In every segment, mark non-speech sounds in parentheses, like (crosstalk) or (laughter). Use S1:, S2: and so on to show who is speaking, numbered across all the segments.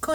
S1: こ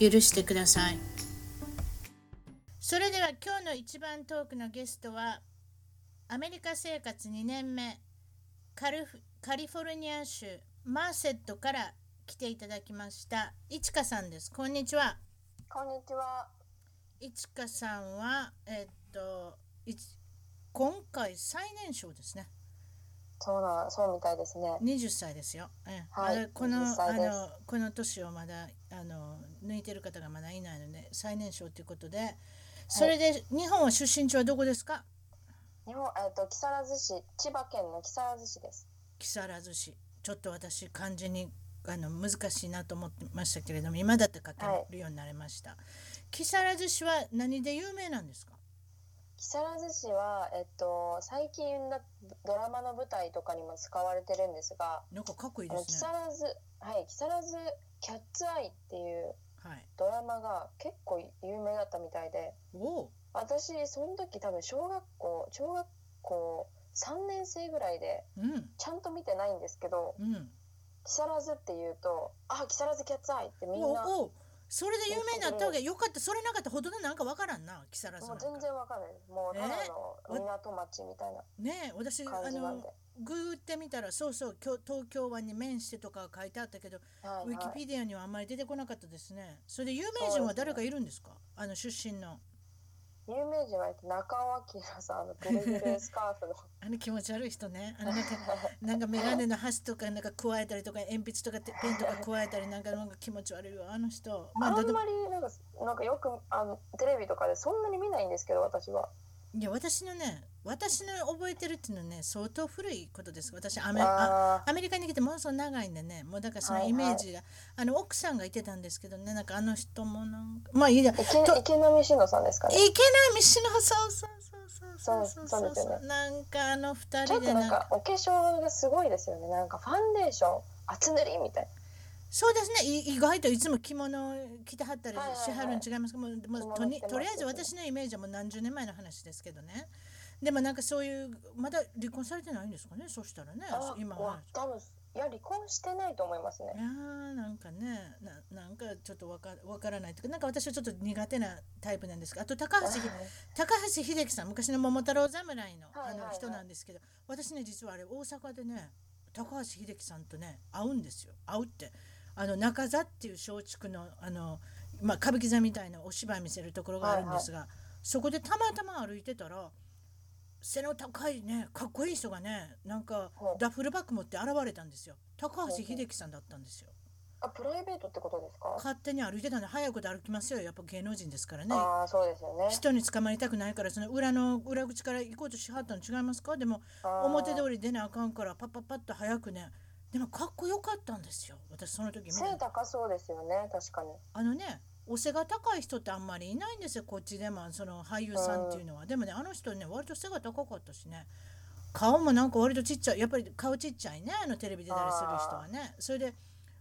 S1: 許してくださいそれでは今日の一番トークのゲストはアメリカ生活2年目カルフカリフォルニア州マーセットから来ていただきましたいちかさんですこんにちは
S2: こんにちは。
S1: いちかさんはえっといち今回最年少ですね
S2: そうなん、そうみたいですね。
S1: 20歳ですよ。ええ
S2: はい
S1: あれこの
S2: 20歳です
S1: あのこの年をまだあの抜いてる方がまだいないので最年少ということで、それで日本は出身地はどこですか？
S2: 日本、えっ、と、木更津市、千葉県の木更津市です。
S1: 木更津市。ちょっと私漢字にあの難しいなと思ってましたけれども、今だって書けるようになりました。木更津市は何で有名なんですか？
S2: 木更津市は、えっ、と、最近だ、ドラマの舞台とかにも使われてるんですが。
S1: なんかかっこいい
S2: あ
S1: で
S2: の、木
S1: すね。
S2: 更津、はい、木更津キャッツアイっていう
S1: はい。
S2: ドラマが結構有名だったみたいで。
S1: おお
S2: 私、その時、多分小学校、小学校三年生ぐらいで、
S1: う、うん
S2: ちゃんと見てないんですけど。
S1: うん。
S2: 木更津っていうと、あ、木更津キャッツアイってみ
S1: お
S2: んな。
S1: おうそれで有名になったわけよかった。それなかったらほとんどなんかわからんな木更津な
S2: も
S1: ん
S2: う
S1: か。
S2: 全然わかんないです。もうただの港町みたいな
S1: ねえ私あ
S2: 感じなん
S1: の
S2: で。
S1: グーってみたらそうそうきょ東京湾に面してとか書いてあったけど、
S2: はい
S1: ウィ
S2: は
S1: キ
S2: い。
S1: ペディアにはあんまり出てこなかったですねそれで有名人は誰かいるんですかあの出身の
S2: 有名人は中尾明さんあのぐるぐるスカー
S1: (laughs)
S2: フの。
S1: あの気持ち悪い人ねあのなんか (laughs) なんかメガネの端とかなんか加えたりとか鉛筆とかてペンとか加えたりなんかなんか気持ち悪いよあの人
S2: あん
S1: だ
S2: ま
S1: っ
S2: り
S1: て
S2: なんかなんかよくあのテレビとかでそんなに見ないんですけど私は。
S1: いや私のね私の覚えてるっていうのはね相当古いことです私アメあ
S2: あ
S1: アメリカに来てものすごい長いんでねもうだからその
S2: はい
S1: イメージが、あの奥さんがいてたんですけどねなんかあの人もなんかまあいいや
S2: ー池池波志乃さんですか
S1: い
S2: ね。
S1: けない西野そうそうそうそうそうそうそう
S2: そうそうですよ
S1: なんかあの二
S2: ちょ
S1: 人
S2: っ
S1: で
S2: と
S1: な
S2: なんん
S1: か
S2: かお化粧がすごいですよね。なんかファンデーション厚塗りみたい
S1: そうですねい意外といつも着物着てはったり
S2: はいはいはい
S1: しはるん違いますか、もうもう
S2: 着物着
S1: と
S2: て
S1: に
S2: ます
S1: とりあえず私のイメージはもう何十年前の話ですけどねでもなんかそういうまだ離婚されてないんですかねそしたらね
S2: な。あ、
S1: 今
S2: う
S1: は
S2: わ。多分いや離婚してないと思いますね
S1: い。やーなんかねななんかちょっとわかわからないというかなんか私はちょっと苦手なタイプなんですけどあと高橋ひ高橋秀樹さん昔の桃太郎侍の,、
S2: はいはい
S1: あ
S2: は
S1: の
S2: い
S1: 人なんですけど私ね実はあれ大阪でね高橋秀樹さんとね会うんですよ会うってあの中座っていう松竹のあの、まあ、歌舞伎座みたいなお芝居見せるところがあるんですが、そこでたまたま歩いてたら背の高いねかっこいい人がねなんか
S2: ほう
S1: ダッフルバッグ持って現れたんですよ高橋秀樹さんだったんですよ
S2: (laughs) あ、プライベートってことですか。
S1: 勝手に歩いてたんで早いこと歩きますよやっぱ芸能人ですからね
S2: ああ、そうですよね。
S1: 人に捕まりたくないからその裏の裏口から行こうとしはったの違いますかでも
S2: あー
S1: 表通り出なあかんからパッパッパッと早くねでもかっこよかったんですよ私その時見た
S2: 背高そうですよね確かに (laughs)
S1: あのねお背が高い人ってあんまりいないんですよこっちでもその俳優さんっていうのはでもねあの人ね割と背が高かったしね顔もなんか割とちっちゃいやっぱり顔ちっちゃいねあのテレビ出たりする人はねそれで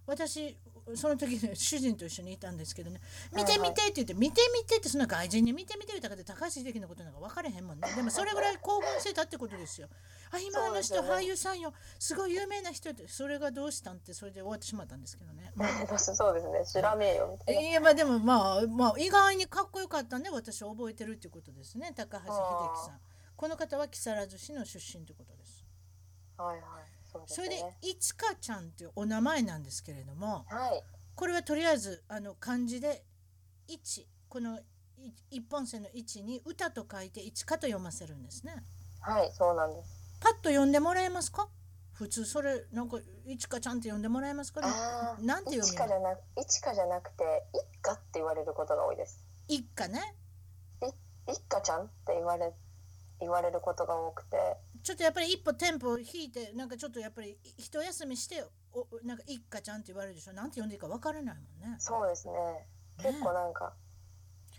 S1: 私その時ね (laughs) 主人と一緒にいたんですけどね「見て見て」って言って「見て見て」ってそんな外人に「見て見て」言ったかって高橋英樹のことなんか分からへんもんねでもそれぐらい興奮してたってことですよ。あ今あの人
S2: そうですよね
S1: 俳優さんよすごい有名な人ってそれがどうしたんってそれで終わってしまったんですけどね。
S2: そうですね知らねえよみたいない
S1: やまあでもまあまあ意外にかっこよかったんで私は覚えてるっていうことですね高橋英樹さんこの方は木更津市の出身ということです
S2: はいはいそうです
S1: それで
S2: ね
S1: いちかちゃんっていうお名前なんですけれども
S2: はい
S1: これはとりあえずあの漢字で「一」このい一本線の「一」に「歌」と書いて「いちか」と読ませるんですね
S2: はいそうなんです
S1: パッと読んでもらえますか普通それなんか「いちかちゃん」って読んでもらえますか
S2: ああ
S1: なんて読
S2: いち
S1: み
S2: か
S1: ま
S2: じ
S1: す
S2: ゃなくいちかじゃなくて一家って言われることが多いです
S1: 一家ね
S2: 一家ちゃんって言われ言われることが多くて
S1: ちょっとやっぱり一歩テンポを引いてなんかちょっとやっぱり一休みしておなんか一家ちゃんって言われるでしょなんて呼んでいいかわからないもんね
S2: そうですね結構なんか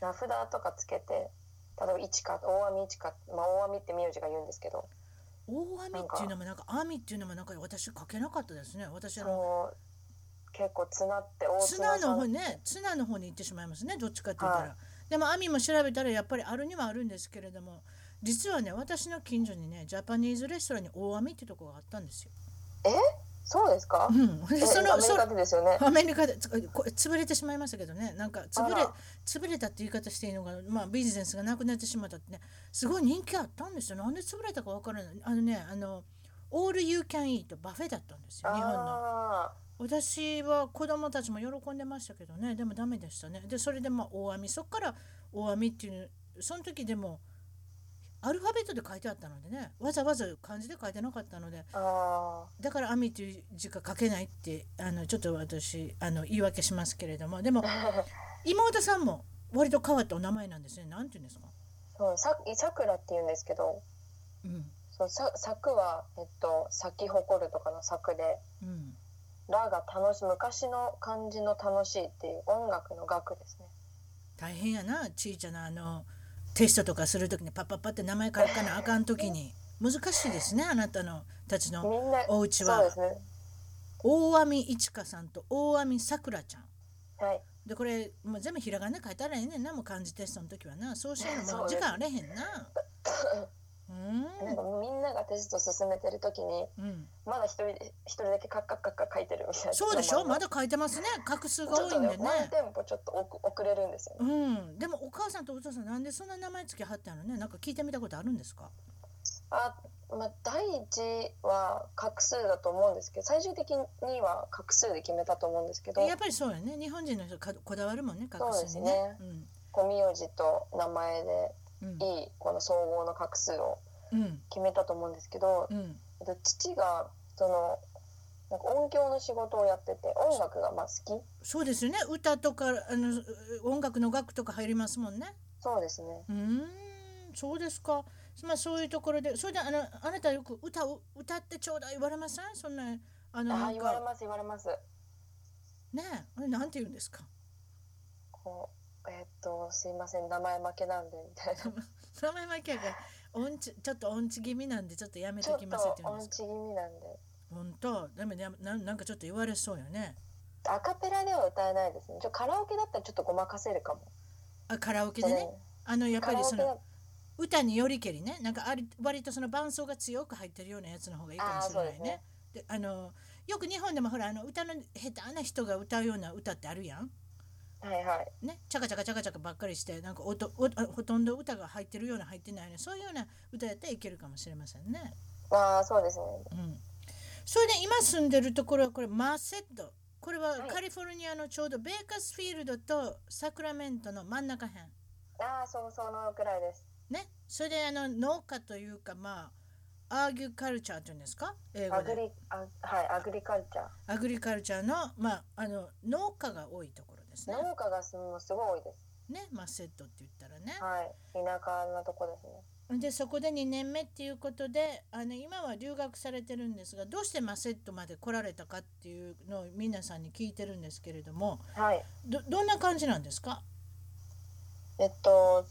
S2: 名札とかつけて例えば一か大網一か、まあ、大網って名字が言うんですけど
S1: 大網っていうのもなんか網っていうのもなんか私書けなかったですね私あの
S2: もう結構綱って大
S1: ツナ
S2: 綱
S1: の方
S2: さん
S1: ねツナの方に行ってしまいますねどっちかって言ったら、
S2: は
S1: でも網も調べたらやっぱりあるにはあるんですけれども実はね私の近所にねジャパニーズレストランに大網ってとこがあったんですよ。
S2: そうですか
S1: う、ん、で
S2: え
S1: そ
S2: ア
S1: の
S2: メ
S1: そ
S2: リカでですよね
S1: アメリカでつこ潰れてしまいましたけどねなんか潰
S2: あ
S1: れ
S2: ら
S1: 潰れたって言い方していいのか、まあ、ビジネスがなくなってしまったってねすごい人気あったんですよなんで潰れたかわからないあのねあのオール You Can Eat バフェだったんですよ日本の
S2: あ
S1: 私は子供たちも喜んでましたけどねでもダメでしたねでそれでまあ大網そっから大網っていうその時でもアルファベットで書いてあったのでねわざわざ漢字で書いてなかったので
S2: ーあ
S1: だから「網」という字が書けないってあのちょっと私あの言い訳しますけれどもでも妹さんも割と変わったお名前なんですねなんて言うんですか、
S2: ー (laughs) そうささくらって言うんですけど
S1: うん
S2: そうさ咲くは、えっと、咲き誇るとかの咲くで
S1: うん、
S2: 「ら」が楽し昔の漢字の「楽しい」っていう音楽の「楽」ですね
S1: 大変やなちいちゃなあのテストとかする時にパッパッパって名前書かなあかん時に難しいですねあなたのたちの
S2: みんな
S1: お家
S2: そうで
S1: は
S2: すね
S1: 大網いちかさんと大網さくらちゃん
S2: はい
S1: でこれもう全部ひらがな書いたらええねんなもう漢字テストの時はなそうしようの
S2: そ
S1: も
S2: う
S1: う
S2: です
S1: 時間あれへんなう
S2: なんかみんながテスト進めてる時に
S1: んうん
S2: まだ一人で一人だけカッカッカッカッ書いてるみたいな
S1: そうでしょま
S2: だ
S1: だ書いてますね画数
S2: ち
S1: が
S2: ょ
S1: 多
S2: っ
S1: い
S2: と
S1: んで
S2: ね
S1: ね
S2: ワンテンポちょっと遅遅れるんですよね
S1: うんでもお母さんとお父さんなんでそんな名前つけはったのねなんか聞いてみたことあるんですか
S2: あまあ第一は画数だと思うんですけど最終的には画数で決めたと思うんですけど
S1: やっぱりそうよね日本人の人かこだわるもんね画数にね
S2: そうですこう名字と名前で
S1: うん
S2: いいこの総合の画数を
S1: うん
S2: 決めたと思うんですけど
S1: うんうん
S2: えっと父がそのなんか音響の仕事をやってて音楽がまあ好き
S1: そうですよね歌とかあのう音楽の楽とか入りますもんね
S2: そうですね
S1: うーんそうですかまあそういうところでそれであのあなたよく歌を歌ってちょうだい言われませんそんなあの
S2: あ
S1: な
S2: ー
S1: ん
S2: 言われ
S1: か
S2: ます言われます
S1: ねえあれなんて言うんですか
S2: こうえーっとすいません名前負けなんでみたいな
S1: (laughs) 名前負けやから音痴ちょっと音痴気味なんでちょっとやめ
S2: ち
S1: と
S2: ょっ
S1: きますって
S2: と
S1: 言うんで
S2: 音
S1: すか
S2: 痴気味なんで
S1: 本当でもねななんかちょっと言われそうよね
S2: アカペラでは歌えないですねちょカラオケだったらちょっとごまかせるかも
S1: あカラオケ
S2: そ
S1: で
S2: れ
S1: ねあのやっぱ
S2: カラ
S1: り
S2: オ
S1: そ
S2: ケだ
S1: の歌によりけりねなんかあり割とその伴奏が強く入ってるようなやつの方がいいかもしれないね
S2: あーそうですね
S1: であのよく日本でもほらあの歌の下手な人が歌うような歌ってあるやん
S2: はいはい
S1: ねチャカチャカチャカチャカばっかりしてなんか音おあほとんど歌が入ってるような入ってないようなそういうような歌やったらいけるかもしれませんね
S2: ああそうですね
S1: うんそれで今住んでるところはこれマーセットこれは
S2: はい
S1: カリフォルニアのちょうどベーカスフィールドとサクラメントの真ん中辺
S2: ああそうそのくらいです
S1: ねそれであの農家というかまあアーギュカルチャーっていうんですか英
S2: ア
S1: 語
S2: グ
S1: で
S2: リあはいアグリカルチャー
S1: アグリカルチャーの,、まあ、あの農家が多いところですね
S2: 農家がすもうすごい多いです
S1: ねマーセットって言ったらね
S2: はい田舎なとこですね
S1: でそこで2年目っていうことであの今は留学されてるんですがどうしてマセットまで来られたかっていうのを皆さんに聞いてるんですけれども
S2: はい
S1: どどんな感じなんですか
S2: えっと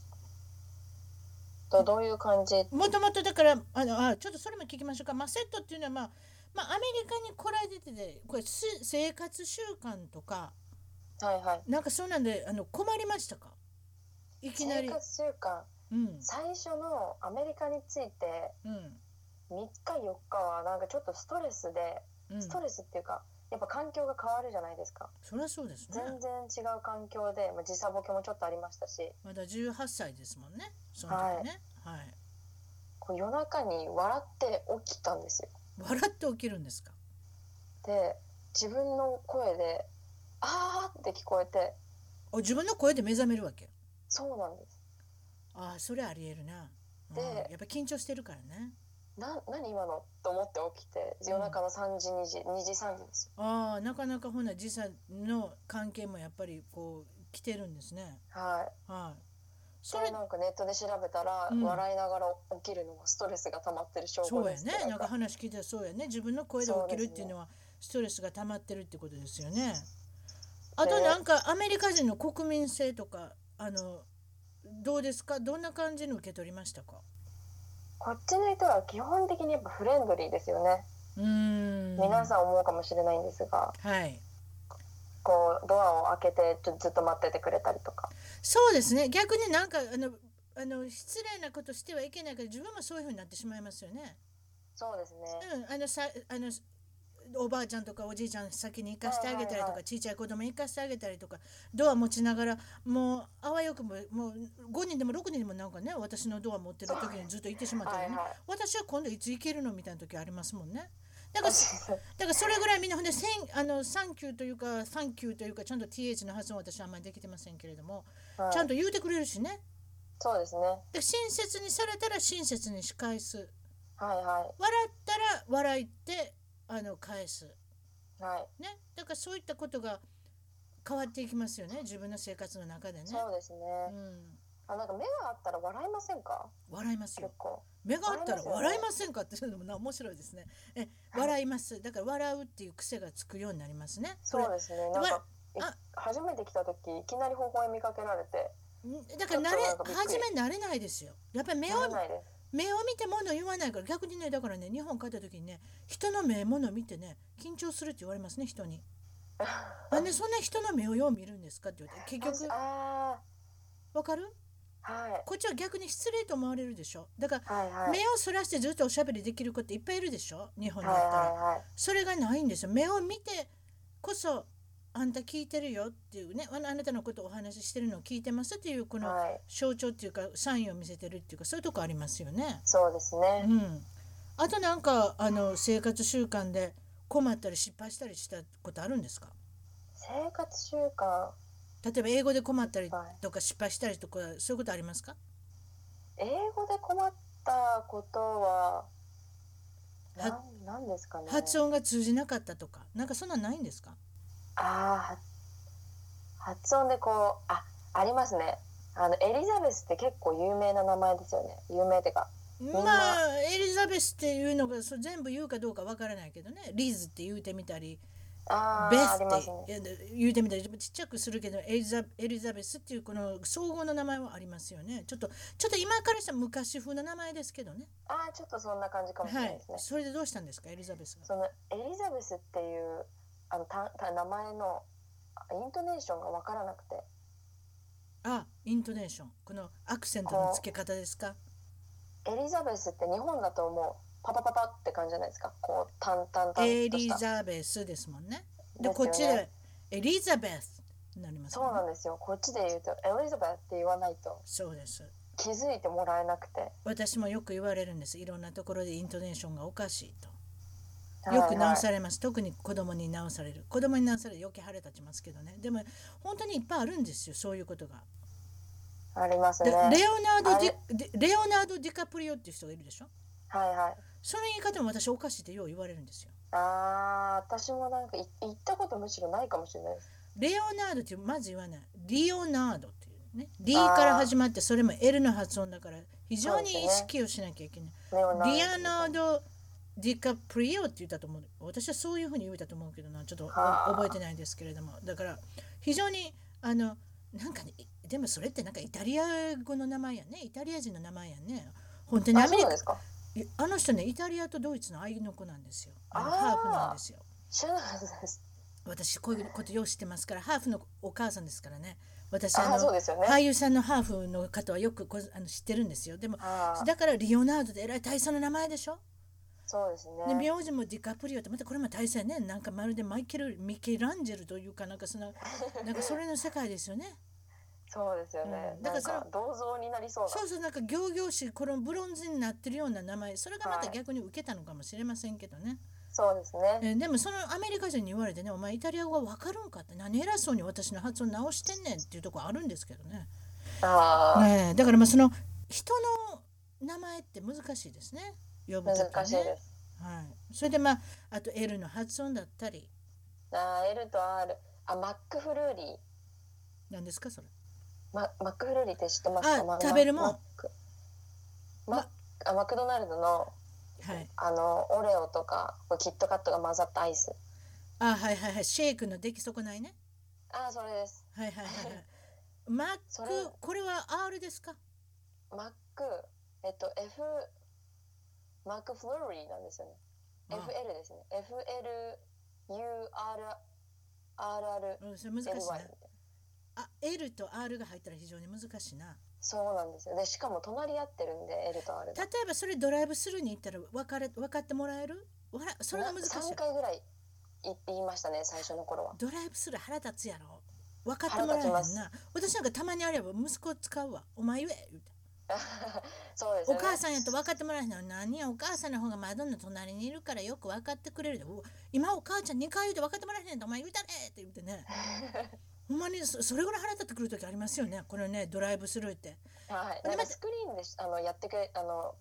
S2: とどういう感じ
S1: もともとだからあのあちょっとそれも聞きましょうかマセットっていうのは、まあまあ、アメリカに来られててこれす生活習慣とか
S2: はいはい
S1: なんかそうなんであの困りましたかいきな
S2: 生
S1: り、
S2: 活習慣
S1: うん
S2: 最初のアメリカについて
S1: うん
S2: 3日4日はなんかちょっとストレスで
S1: うん、
S2: ストレスっていうかやっぱ環境が変わるじゃないですか
S1: そりゃそうですね
S2: 全然違う環境で、まあ、時差ボケもちょっとありましたし
S1: まだ18歳ですもんねその時ね、はい、
S2: こう夜中に笑って起きたんですよ
S1: 笑って起きるんですか
S2: で自分の声で「あー」って聞こえて
S1: お自分の声で目覚めるわけ
S2: そうなんです
S1: ああそれありえるな、うん、
S2: で
S1: やっぱ緊張してるからね
S2: な何今のと思って起きて夜中の3時2時2時3時です
S1: ああなかなかほな時差の関係もやっぱりこう来てるんですね
S2: よはい
S1: はいそ
S2: それ
S1: れ
S2: なんかネットで調べたら、
S1: うん
S2: 笑いながら起きるのもストレスが溜まってる証
S1: そ
S2: 拠
S1: うや
S2: です
S1: ね
S2: って
S1: なんか話聞いたらそうやね自分の声で起きるっていうのはストレスが溜まってるってことですよねあとなんかアメリカ人の国民性とかあのどうですかどんな感じの受け取りましたか
S2: こっちの人は基本的にやっぱフレンドリーですよね、
S1: うーん
S2: 皆さん思うかもしれないんですが
S1: はい
S2: こうドアを開けてちょずっと待っててくれたりとか
S1: そうですね逆になんかあのあの失礼なことしてはいけないけど自分もそういうふうになってしまいますよね。
S2: そうですね
S1: うん、あのさあのおばあちゃんとかおじいちゃん先に行かしてあげたりとか、
S2: はいはいは
S1: ちいちゃい子供行かしてあげたりとかドア持ちながらもうあわよくももう5人でも6人でもなんかね私のドア持ってる時にずっと行ってしまったりね、
S2: はいはい
S1: 私は今度いつ行けるのみたいな時ありますもんね。だから
S2: そう
S1: だからそれぐらいみんなほんでせんあのサンキューというかサンキューというかちゃんと TH の発音私はあんまりできてませんけれども、
S2: (laughs) はい
S1: ちゃんと言うてくれるしね
S2: そうですね
S1: で親切にされたら親切に仕返す
S2: はいは
S1: 笑ったら笑いってあの返す
S2: いはい
S1: ねだからそういったことが変わっていきますよね自分の生活の中でね、
S2: そうですね、
S1: うん、
S2: あなんか目があったら笑いませんか
S1: 笑います
S2: 結
S1: よ
S2: 構
S1: 目が合ったら笑い
S2: 笑い
S1: ま
S2: ま
S1: せんかっていうのもな面白いですねえ
S2: はい
S1: 笑いますだから笑うっていう癖がつくようになりますね
S2: そうですねなんかい
S1: あ
S2: 初めて来た時いきなり微笑みかけられて
S1: んだから慣れ
S2: ちょっとなんかびっく
S1: 初
S2: り
S1: め慣れないですよやっぱり目を
S2: 慣れないです
S1: 目を見てもの言わないから逆にねだからね日本帰った時にね人の目もの見てね緊張するって言われますね人に。なんでそんな人の目をよう見るんですかって言われて結局
S2: (laughs) あ
S1: わかる
S2: あはい
S1: こっちは逆に失礼と思われるでしょだから
S2: はいはい
S1: 目をそらしてずっとおしゃべりできる子っていっぱいいるでしょ日本
S2: はい
S1: だったら。
S2: はいはい
S1: それがないんですよ目を見てこそあんた聞いてるよっていうねあのあなたのことをお話ししてるのを聞いてますっていうこの
S2: はい、
S1: 象徴っていうかサインを見せてるっていうかそういうとこありますよね。
S2: そうですね。
S1: うん、あとなんかあの生活習慣で困ったり失敗したりしたことあるんですか
S2: 生活習慣、
S1: 例えば英語で困ったり
S2: はい
S1: とか失敗したりとかそういうことありますか
S2: 英語で困ったことは。
S1: は
S2: なん、なんですかね。
S1: 発音が通じなかったとかなんかそんなんないんですか
S2: ああ、は発音でこう、あ、ありますね。あのエリザベスって結構有名な名前ですよね。有名っていうか。
S1: ま
S2: な
S1: あエリザベスっていうのがそう全部言うかどうかわからないけどねリーズって言うてみたり
S2: あ
S1: ベ
S2: あ、あ
S1: ス
S2: ります
S1: っ
S2: ね。
S1: て言うてみたりちっちゃくするけどエリザエリザベスっていうこの総合の名前はありますよねちょっとちょっと今からしたら昔風の名前ですけどね
S2: ああ、ちょっとそんな感じかもしれ
S1: は
S2: ないいですね。
S1: それでどうしたんですかエリザベスが。
S2: そのエリザベスっていう、あの、た、た、名前の。あイントネーションがわからなくて。
S1: あ、イントネーション、このアクセントの付け方ですか。
S2: エリザベスって日本だともうパパパパって感じじゃないですかこう淡々々と
S1: エ
S2: し
S1: リ
S2: た
S1: ザベスですもんね。で、
S2: です
S1: こ
S2: よね
S1: っちでエリザベスになります
S2: そ
S1: も
S2: うんなん
S1: ね。
S2: ですよこっちで言うとエリザベスって言わないと
S1: そうです。
S2: 気づいてもらえなくて
S1: 私もよく言われるんです。いろんなところでイントネーションがおかしいと。
S2: はい
S1: よ
S2: はい
S1: く直されます。特に子供に直される。子供に直される余計腹立ちますけどね。でも本当にいっぱいあるんですよ。そういうことが。
S2: あります
S1: で
S2: ね
S1: レオ
S2: はい
S1: ナードデ
S2: あ
S1: ィディレオナードディカプリオっていう人がいるでしょ。
S2: はい
S1: その言い方も私おかしいってよう言われるんですよ。
S2: あー私もなんかい行ったことむしろないかもしれないです
S1: レオナードってまず言わない。リオナードっていうね。リから始まってそれも L の発音だから非常に意識をしなきゃいけない。
S2: ネオナ
S1: ディアナー
S2: ド
S1: ド・ディカプリオって言ったと思う。私はそういうふうに言えたと思うけどな。ちょっとお
S2: はあ
S1: 覚えてないですけれども。だから非常にあのなんかね、いでもそれってなんかイタリア語の名前やね。イタリア人の名前やね。本当にアメ
S2: あそう
S1: リ
S2: なん
S1: カ
S2: ですか
S1: いあの人ね、イタリアとドイツの愛の子なんですよ。あの
S2: あー
S1: ハーフなんですよ。
S2: 知らなかったです
S1: 私こういうことよう知ってますからハーフのお母さんですからね私あ
S2: あーそう
S1: の
S2: ですよね、
S1: 俳優さんのハーフの方はよくごあの知ってるんですよでも
S2: あー
S1: だからリオナードでえらい大佐の名前でしょ、
S2: そうです
S1: で
S2: ね
S1: 名字もディカプリオってまたこれも大佐やねなんかまるでマイケル・ミケランジェルというかなんかそ
S2: (laughs)
S1: のなんかそれの世界ですよね
S2: そうですよね、
S1: うんだ
S2: な
S1: から
S2: ん
S1: その
S2: か銅像になりそうな
S1: そうそうなんか仰々しいこのブロンズになってるような名前それがまた
S2: はい
S1: 逆に受けたのかもしれませんけどね、
S2: そうですね
S1: えーでもそのアメリカ人に言われてねお前イタリア語わかるんかって何偉そうに私の発音直してんねんっていうところあるんですけどね
S2: ああ、
S1: ねえ、だからまあその人の名前って難しいですね呼ぶとか
S2: 難しいで
S1: ね、
S2: す
S1: はい、それでまああと L の発音だったり
S2: あー L と R あマックフルーリー
S1: なんですかそれ
S2: ママックフルーリーって知ってますか
S1: あ
S2: ま
S1: 食べるもん
S2: マックマあマクドナルドの
S1: はい
S2: あのオレオとかキットカットが混ざったアイス
S1: あはいはいはいシェイクの出来損ないね
S2: ああそれです
S1: はいはいはいはい。マッ
S2: それ
S1: ク、これは R ですか
S2: マックえっと F マックフローリーなんですよね
S1: あ
S2: FL ですね FLURRR
S1: うん、それ難しい
S2: LY みた
S1: ない
S2: な。
S1: あ、L と R が入ったら非常に難しいな。
S2: そうなんですよでしかも隣り合ってるんで L と R
S1: 例
S2: が
S1: えばそれドライブスルーに行ったら分かれ分かってもらえるわらそれが難しい。
S2: 3回ぐらい言って言いましたね最初の頃は (laughs)
S1: ドライブスルー腹立つやろ。分かってもらえへん
S2: 腹立ち
S1: な。私なんかたまにあれば息子使うわ。お前言え言うて
S2: そうです
S1: お
S2: よね
S1: 母さんやと分かってもらえへんの。何やお母さんの方が窓の隣にいるからよく分かってくれるで。うわ今お母ちゃん2回言うて分かってもらえへんのお前言うたれって言ってね。ほんまにそそれぐらい腹立ってくる時ありますよね。このねドライブスルーって。
S2: (laughs) はい、
S1: で
S2: なん
S1: ま
S2: か
S1: ず
S2: スクリーンでしあのやってくれあの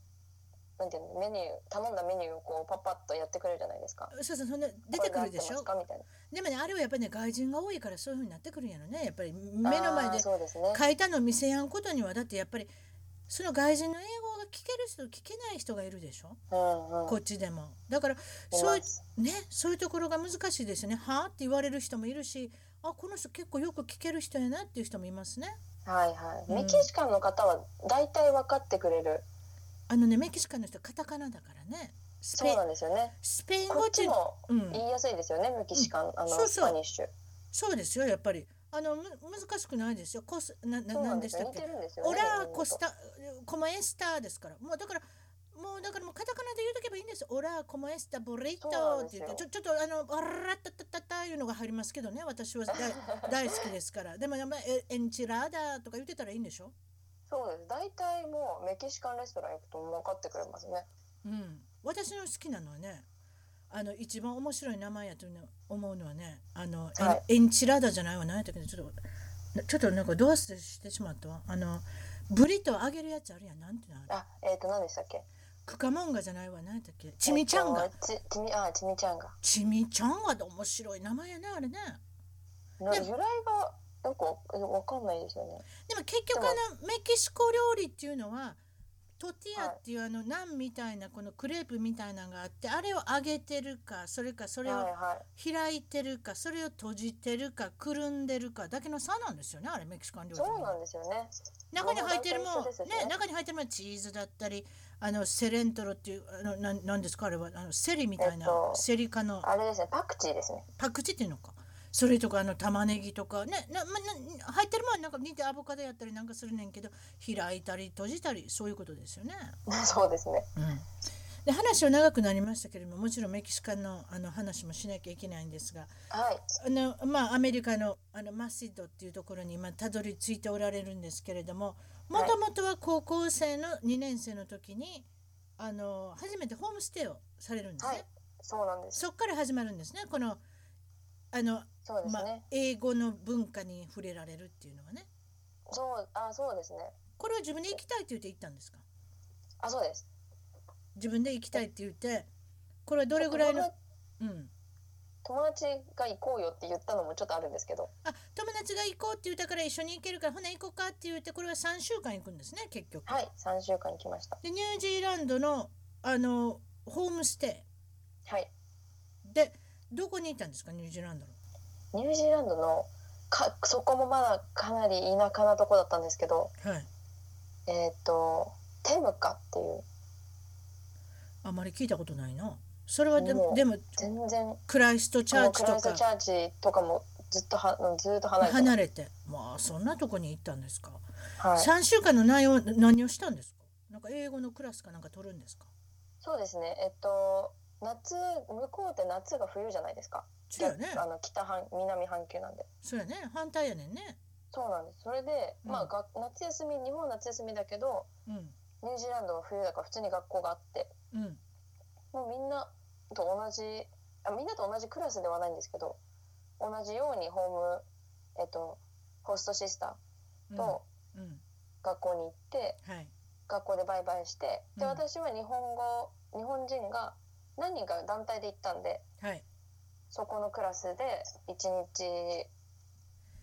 S2: なんていうのメニュー頼んだメニューをこうパッパッとやってくれるじゃないですか
S1: そうそうそんな出てくるでしょ
S2: これ。で合ってますかみたいな
S1: でもねあれはやっぱりね外人が多いからそういうふうになってくるんやろねやっぱり目の前
S2: あー
S1: で
S2: そうですね
S1: 書いたのを見せやんことにはだってやっぱりその外人の英語が聞ける人と聞けない人がいるでしょ
S2: うんうん
S1: こっちでもだからそういうねそういうところが難しいですよねはあって言われる人もいるしあこの人結構よく聞ける人やなっていう人もいますね
S2: はいはい、
S1: うん
S2: メキシカンの方は大体分かってくれる
S1: あのねメキシカンの人カタカナだからねスペ
S2: そうなんですよね
S1: スペイン
S2: こ
S1: 語
S2: っ
S1: ってい
S2: ち
S1: うの
S2: も
S1: うん
S2: 言いやすいですよね、メキシカンあの
S1: そうそう
S2: スパニッシュ
S1: そうですよやっぱりあのむ難しくないですよコスなな
S2: そうな
S1: なんん
S2: で
S1: ですした
S2: よ
S1: っ
S2: 似
S1: け
S2: てるんですよね
S1: オラ
S2: 日本語と
S1: コスタコモエスタですからもうだからもうだからもうカタカナで言うとけばいいんですオラコモエスタボリ
S2: そうな
S1: ト
S2: ん
S1: っ
S2: です
S1: て
S2: よ
S1: 言ってちょちょっとあのオラタタタタいうのが入りますけどね私は大大好きですからでもやっぱりエエンチラーダとか言ってたらいいんでしょ
S2: (laughs) そうです大体もうメキシカンレストラン行くと分かってくれますね
S1: うん私の好きなのはねあの一番面白い名前やと思うのはねあの、エン
S2: はい
S1: エンチラーダじゃないわ何やったっけどちょっとちょっとなんかドアスしてしまったわあのブリトー揚げるやつあるやんなんていうのあれ
S2: あえっ、と何でしたっけ
S1: クカモンガじゃないわ何やったっけチミちゃんが
S2: えっとちちみあちみちゃんが
S1: ちみちゃんは面白い名前やねあれね
S2: な
S1: で
S2: 由来がよくわわかんないですよね。
S1: でも結局あのメキシコ料理っていうのはトティアっていうあのナンみたいなこのクレープみたいなのがあってあれを揚げてるかそれかそれ
S2: はい
S1: を
S2: は
S1: 開いてるかそれを閉じてるかくるんでるかだけの差なんですよねあれメキシカン
S2: い。
S1: 料理
S2: そう
S1: の
S2: なんですよね。
S1: 中に入ってるもん
S2: そうですよね
S1: ね中に入ってるもんチーズだったりあのセレントロっていうあのなんなんですかあれはあのセリみたいな、
S2: えっと
S1: セリ科の
S2: あれですね、パクチーですね。 (laughs)
S1: パクチーっていうのかそれとかあの玉ねぎとかねな、ま、な入ってるもんなんか似てアボカドやったりなんかするねんけど開いたり閉じたりそういうことですよね。
S2: そうですね。
S1: うん、で話は長くなりましたけれどももちろんメキシカンのあの話もしなきゃいけないんですが
S2: はい。
S1: あの、まあ、アメリカのあのマシドっていうところに今たどり着いておられるんですけれどももともとは高校生の2年生の時にあの初めてホームステイをされるんですね。
S2: はい。そうなんです。
S1: そっから始まるんですねこのあの
S2: そうです
S1: まあ
S2: ね。、
S1: 英語の文化に触れられるっていうのはね
S2: そう、あ、そうですね。
S1: これは自分で行きたいって言って行ったんですか
S2: あ、そうです。
S1: 自分で行きたいって言ってこれはどれぐらいの、うん、
S2: 友達友達が行こうよって言ったのもちょっとあるんですけど。
S1: あ友達が行こうって言ったから一緒に行けるからほな行こうかって言ってこれは3週間行くんですね結局。
S2: はい。三週間行きました。
S1: でニュージーランドのあのホームステ
S2: はい。
S1: イでどこに行ったんですかニュージーランドの。
S2: ニュージーランドのかそこもまだかなり田舎なとこだったんですけど、
S1: はい、
S2: えっ、とテムカっていう
S1: あまり聞いたことないな。それはで
S2: も
S1: も
S2: う
S1: でも
S2: 全然
S1: クライストチャーチ
S2: クラ
S1: と
S2: イスト
S1: か
S2: チャーチとかもずっとはうんずっと離れて
S1: 離れてまあそんなとこに行ったんですか。
S2: はい、
S1: 3週間の内容何をしたんですかなんか英語のクラスかなんか取るんですか
S2: そうですねえっと夏向こうって夏が冬じゃないですか
S1: そうやね
S2: あの北半南半球なんで
S1: そうやね反対やねんね
S2: そうなんですそれで、
S1: うん
S2: まあが夏休み日本は夏休みだけど
S1: うん
S2: ニュージーランドは冬だから普通に学校があって
S1: うん
S2: もうみんなと同じあみんなと同じクラスではないんですけど同じようにホームえっとホストシスタ
S1: う
S2: ー
S1: ん
S2: と
S1: うん
S2: 学校に行って、
S1: はい
S2: 学校でバイバイしてで
S1: うん
S2: 私は日本語日本人が何人か団体で行ったんで
S1: はい
S2: そこのクラスで一日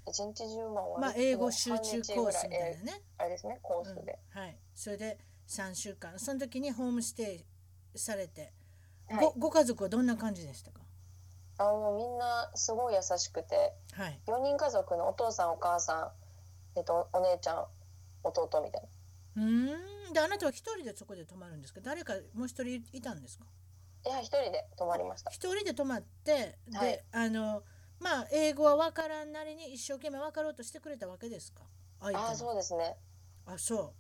S2: 一日10万は
S1: まあ英語集中コースみたいなね、
S2: あれですねコー
S1: う
S2: ス
S1: ん
S2: で、、
S1: はいそれで3週間その時にホームステイされて、
S2: はい
S1: ごご家族はどんな感じでしたか
S2: あもうみんなすごい優しくて
S1: はい
S2: 4人家族のお父さんお母さん、えっと、お姉ちゃん弟みたいう
S1: ーんであなたは一人でそこで泊まるんですか誰かもう一人いたんですか
S2: ないや一人で泊まりました
S1: 一人で泊まってで、
S2: はい
S1: あのまあ英語は分からんなりに一生懸命分かろうとしてくれたわけですか相手も
S2: ああそうですね
S1: あそう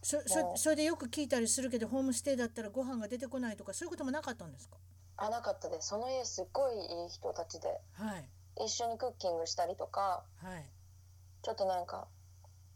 S1: そそ
S2: もう
S1: それでよく聞いたりするけどホームステイだったらご飯が出てこないとかそういうこともなかったんですか
S2: あなかったですその家すっごいいい人たちで
S1: はい
S2: 一緒にクッキングしたりとか
S1: はい
S2: ちょっとなんか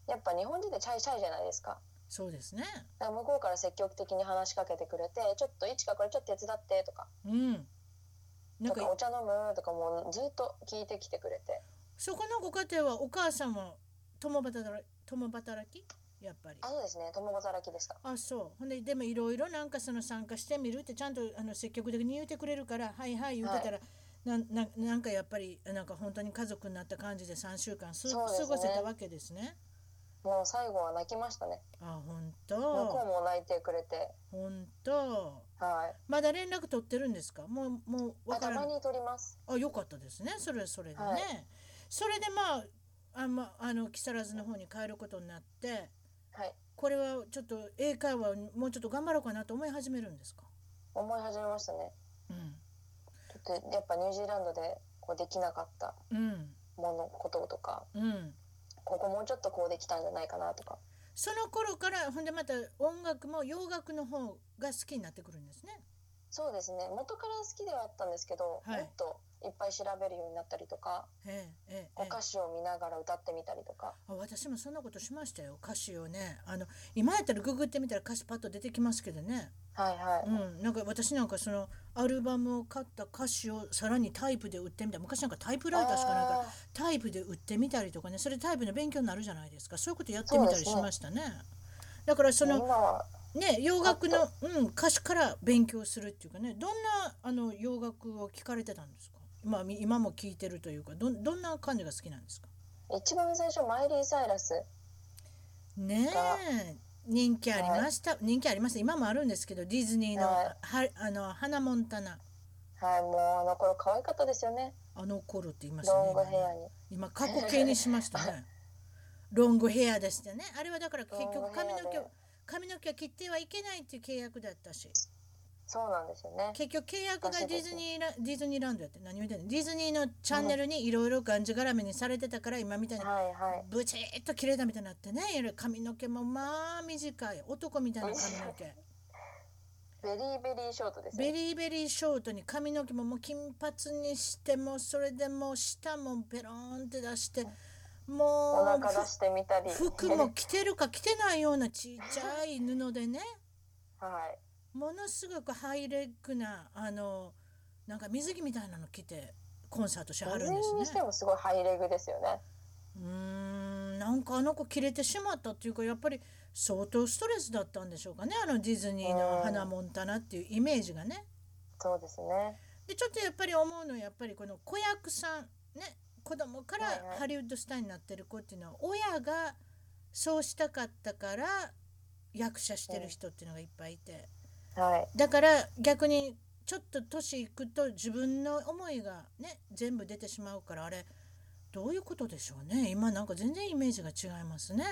S2: やっぱ日本人ってチャイチャイじゃないですか
S1: そうですね
S2: だから向こうから積極的に話しかけてくれて「ちょっといちかこれちょっと手伝って」とか
S1: うん
S2: 「
S1: なん
S2: とか
S1: か
S2: お茶飲む」とかもうずっと聞いてきてくれて
S1: そこのご家庭はお母さんも共働き共働きやっぱり
S2: あそうですね共働きでした
S1: あそうほんででもいろいろなんかその参加してみるってちゃんとあの積極的に言うてくれるから「はいはい」言うてたら、なんなんなんかやっぱりなんか本当に家族になった感じで3週間す、
S2: そうです
S1: 過
S2: ね
S1: ごせたわけですね。
S2: もう最後は泣きましたね
S1: あ本
S2: 向こう
S1: 当
S2: も泣いてくれて
S1: 本当
S2: はい
S1: まだ連絡取ってるんですかもうもう
S2: あ
S1: わか
S2: た
S1: ら
S2: ま
S1: ん
S2: に撮ります
S1: あよかったですねそれはそれでね、
S2: はい
S1: それでまああ,、まあの木更津の方に帰ることになって
S2: はい
S1: これはちょっと英会話をもうちょっと頑張ろうかなと思い始めるんですか、
S2: 思い始めましたね
S1: うん
S2: ちょっとやっぱニュージーランドでこうできなかった
S1: うん
S2: ものこととか
S1: うん、
S2: ここもうちょっとこうできたんじゃないかなとか
S1: その頃からほんでまた音楽も洋楽の方が好きになってくるんですね。
S2: そうですね元から好きではあったんですけど、
S1: はい
S2: もっといっぱい調べるようになったりとか
S1: ええええええ
S2: 歌詞を見ながら歌ってみたりとか
S1: あ私もそんなことしましたよ歌詞をねあの今やったらググってみたら歌詞パッと出てきますけどね、
S2: はいはい、
S1: うん、なんか私なんかそのアルバムを買った歌詞をさらにタイプで売ってみた昔なんかタイプライターしかないから
S2: あ
S1: タイプで売ってみたりとかねそれタイプの勉強になるじゃないですかそういうことやってみたりしましたね。だからそ
S2: ー
S1: の
S2: 今は
S1: ね、洋楽の、うん、歌詞から勉強するっていうかねどんなあの洋楽を聞かれてたんですか、まあ、み今も聞いてるというかどんどんな感じが好きなんですか
S2: 一番最初マイリー・サイラス
S1: ね
S2: が
S1: え人気ありました、人気ありました今もあるんですけどディズニーの,、は
S2: は
S1: あの花モンタナ
S2: はいもうあの頃可愛かったですよね
S1: あの頃って言います
S2: ロン
S1: ね
S2: グヘアに
S1: 今過去形にしました
S2: (laughs)
S1: ねロングヘアでしたねあれはだから結
S2: ロン
S1: 局
S2: グヘア
S1: 髪
S2: で
S1: の毛を髪の毛は切ってはいけないっていう契約だったし
S2: そうなんですよね
S1: 結局契約が
S2: そうそうそ
S1: デ
S2: う
S1: ィズニーラディズニーランドやって何を言ってんのディズニーのチャンネルにいろいろがんじがらめにされてたから今みたいに
S2: はいはい
S1: ブチーっと切れたみたいになってねいろいろ髪の毛もまあ短い男みたいな髪の毛
S2: ベリーベリーショートです
S1: ベ
S2: ね
S1: リーベリーショートに髪の毛ももう金髪にしてもうそれでもう舌もペロンって出して
S2: お
S1: も
S2: 腹出してみたり
S1: う服も着てるか着てないようなちっちゃい布でね
S2: はい
S1: ものすごくハイレッグなあのなんか水着みたいなの着てコンサートしはるん
S2: 全
S1: で
S2: 員にし
S1: すね
S2: て。もすごいハイレグですよね
S1: うーんなんかあの子切れてしまったっていうかやっぱり相当ストレスだったんでしょうかねあのディズニーの
S2: うん
S1: 花モンタナっていうイメージがね。
S2: そうですね
S1: でちょっとやっぱり思うのはやっぱりこの子役さんね子供か
S2: はいは
S1: ら
S2: い
S1: ハリウッドスターになってる子っていうのは親がそうしたかったから役者してる人っていうのがいっぱいいて。
S2: はい
S1: だから逆にちょっと年いくと自分の思いがね全部出てしまうからあれどういうことでしょうね今なんか全然イメージが違いますね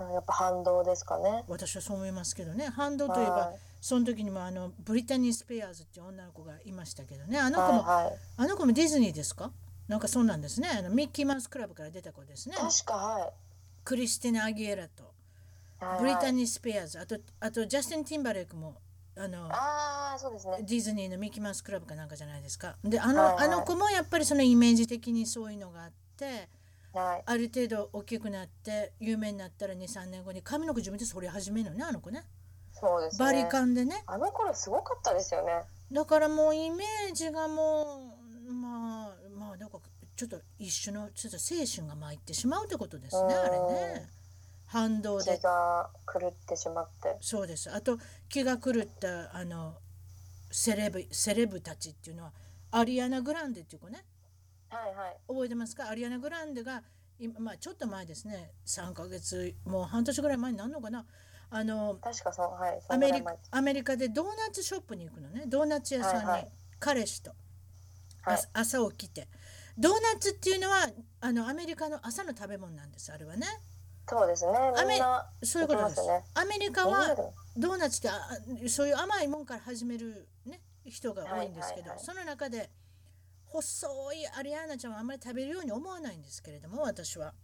S2: うんやっぱ反動ですかね
S1: 私はそう思いますけどねハンドといえば
S2: はい
S1: その時にもあのブリタニー・スペアーズっていう女の子がいましたけどねあの子も
S2: はいはい
S1: あの子もディズニーですかなんかそうなんですねあのミッキーマウスクラブから出た子ですね
S2: 確かはい
S1: クリスティナ・アギエラと
S2: はいはい
S1: ブリタニー・スペアーズあとあとジャスティン・ティンバレイクもあの
S2: ああそうですね
S1: ディズニーのミッキーマウスクラブかなんかじゃないですか。であの,、
S2: はいはい
S1: あの子もやっぱりそのイメージ的にそういうのがあって
S2: はい
S1: ある程度大きくなって有名になったら23年後に髪の毛自分で剃り始めるのねあの子ね
S2: そうですね
S1: バリカンでね
S2: あの頃すごかったですよね
S1: だからもうイメージがもうまあまあなんかちょっと一種のちょっと青春が参ってしまうってことですね
S2: うん
S1: あれね反動
S2: 気
S1: で
S2: が狂ってしまって
S1: そうですあと気が狂ったあのセレブセレブたちっていうのはアリアナ・グランデっていう子ね
S2: はいはい
S1: 覚えてますかアリアナ・グランデが今、まあ、ちょっと前ですね3ヶ月もう半年ぐらい前になるのかなあの
S2: 確かそうはいそ
S1: ア
S2: んぐ
S1: メ
S2: らい
S1: リ
S2: 前
S1: アメリカでドーナツショップに行くのねドーナツ屋さんに、
S2: はいはい
S1: 彼氏と
S2: はい
S1: 朝朝起きてドーナツっていうのはあのアメリカの朝の食べ物なんですあれはね
S2: そうですねみんな
S1: そういうことです
S2: 行きますよね
S1: アメリカ
S2: みんな
S1: は
S2: で
S1: ドーナツってああそういう甘いもんから始める、ね、人が多いんですけど、
S2: はいはいはい
S1: その中で細いアリアーナちゃんはあんまり食べるように思わないんですけれども私は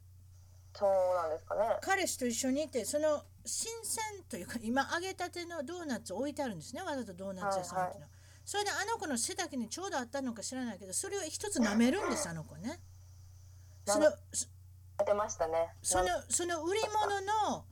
S2: そうなんですかね
S1: 彼氏と一緒にいてその新鮮というか今揚げたてのドーナツ置いてあるんですねわざとドーナツ屋さんっていうのは、それであの子の背丈にちょうどあったのか知らないけどそれを一つ舐めるんですあの子ね。そのそ
S2: やってましたね
S1: その
S2: な
S1: その売り物の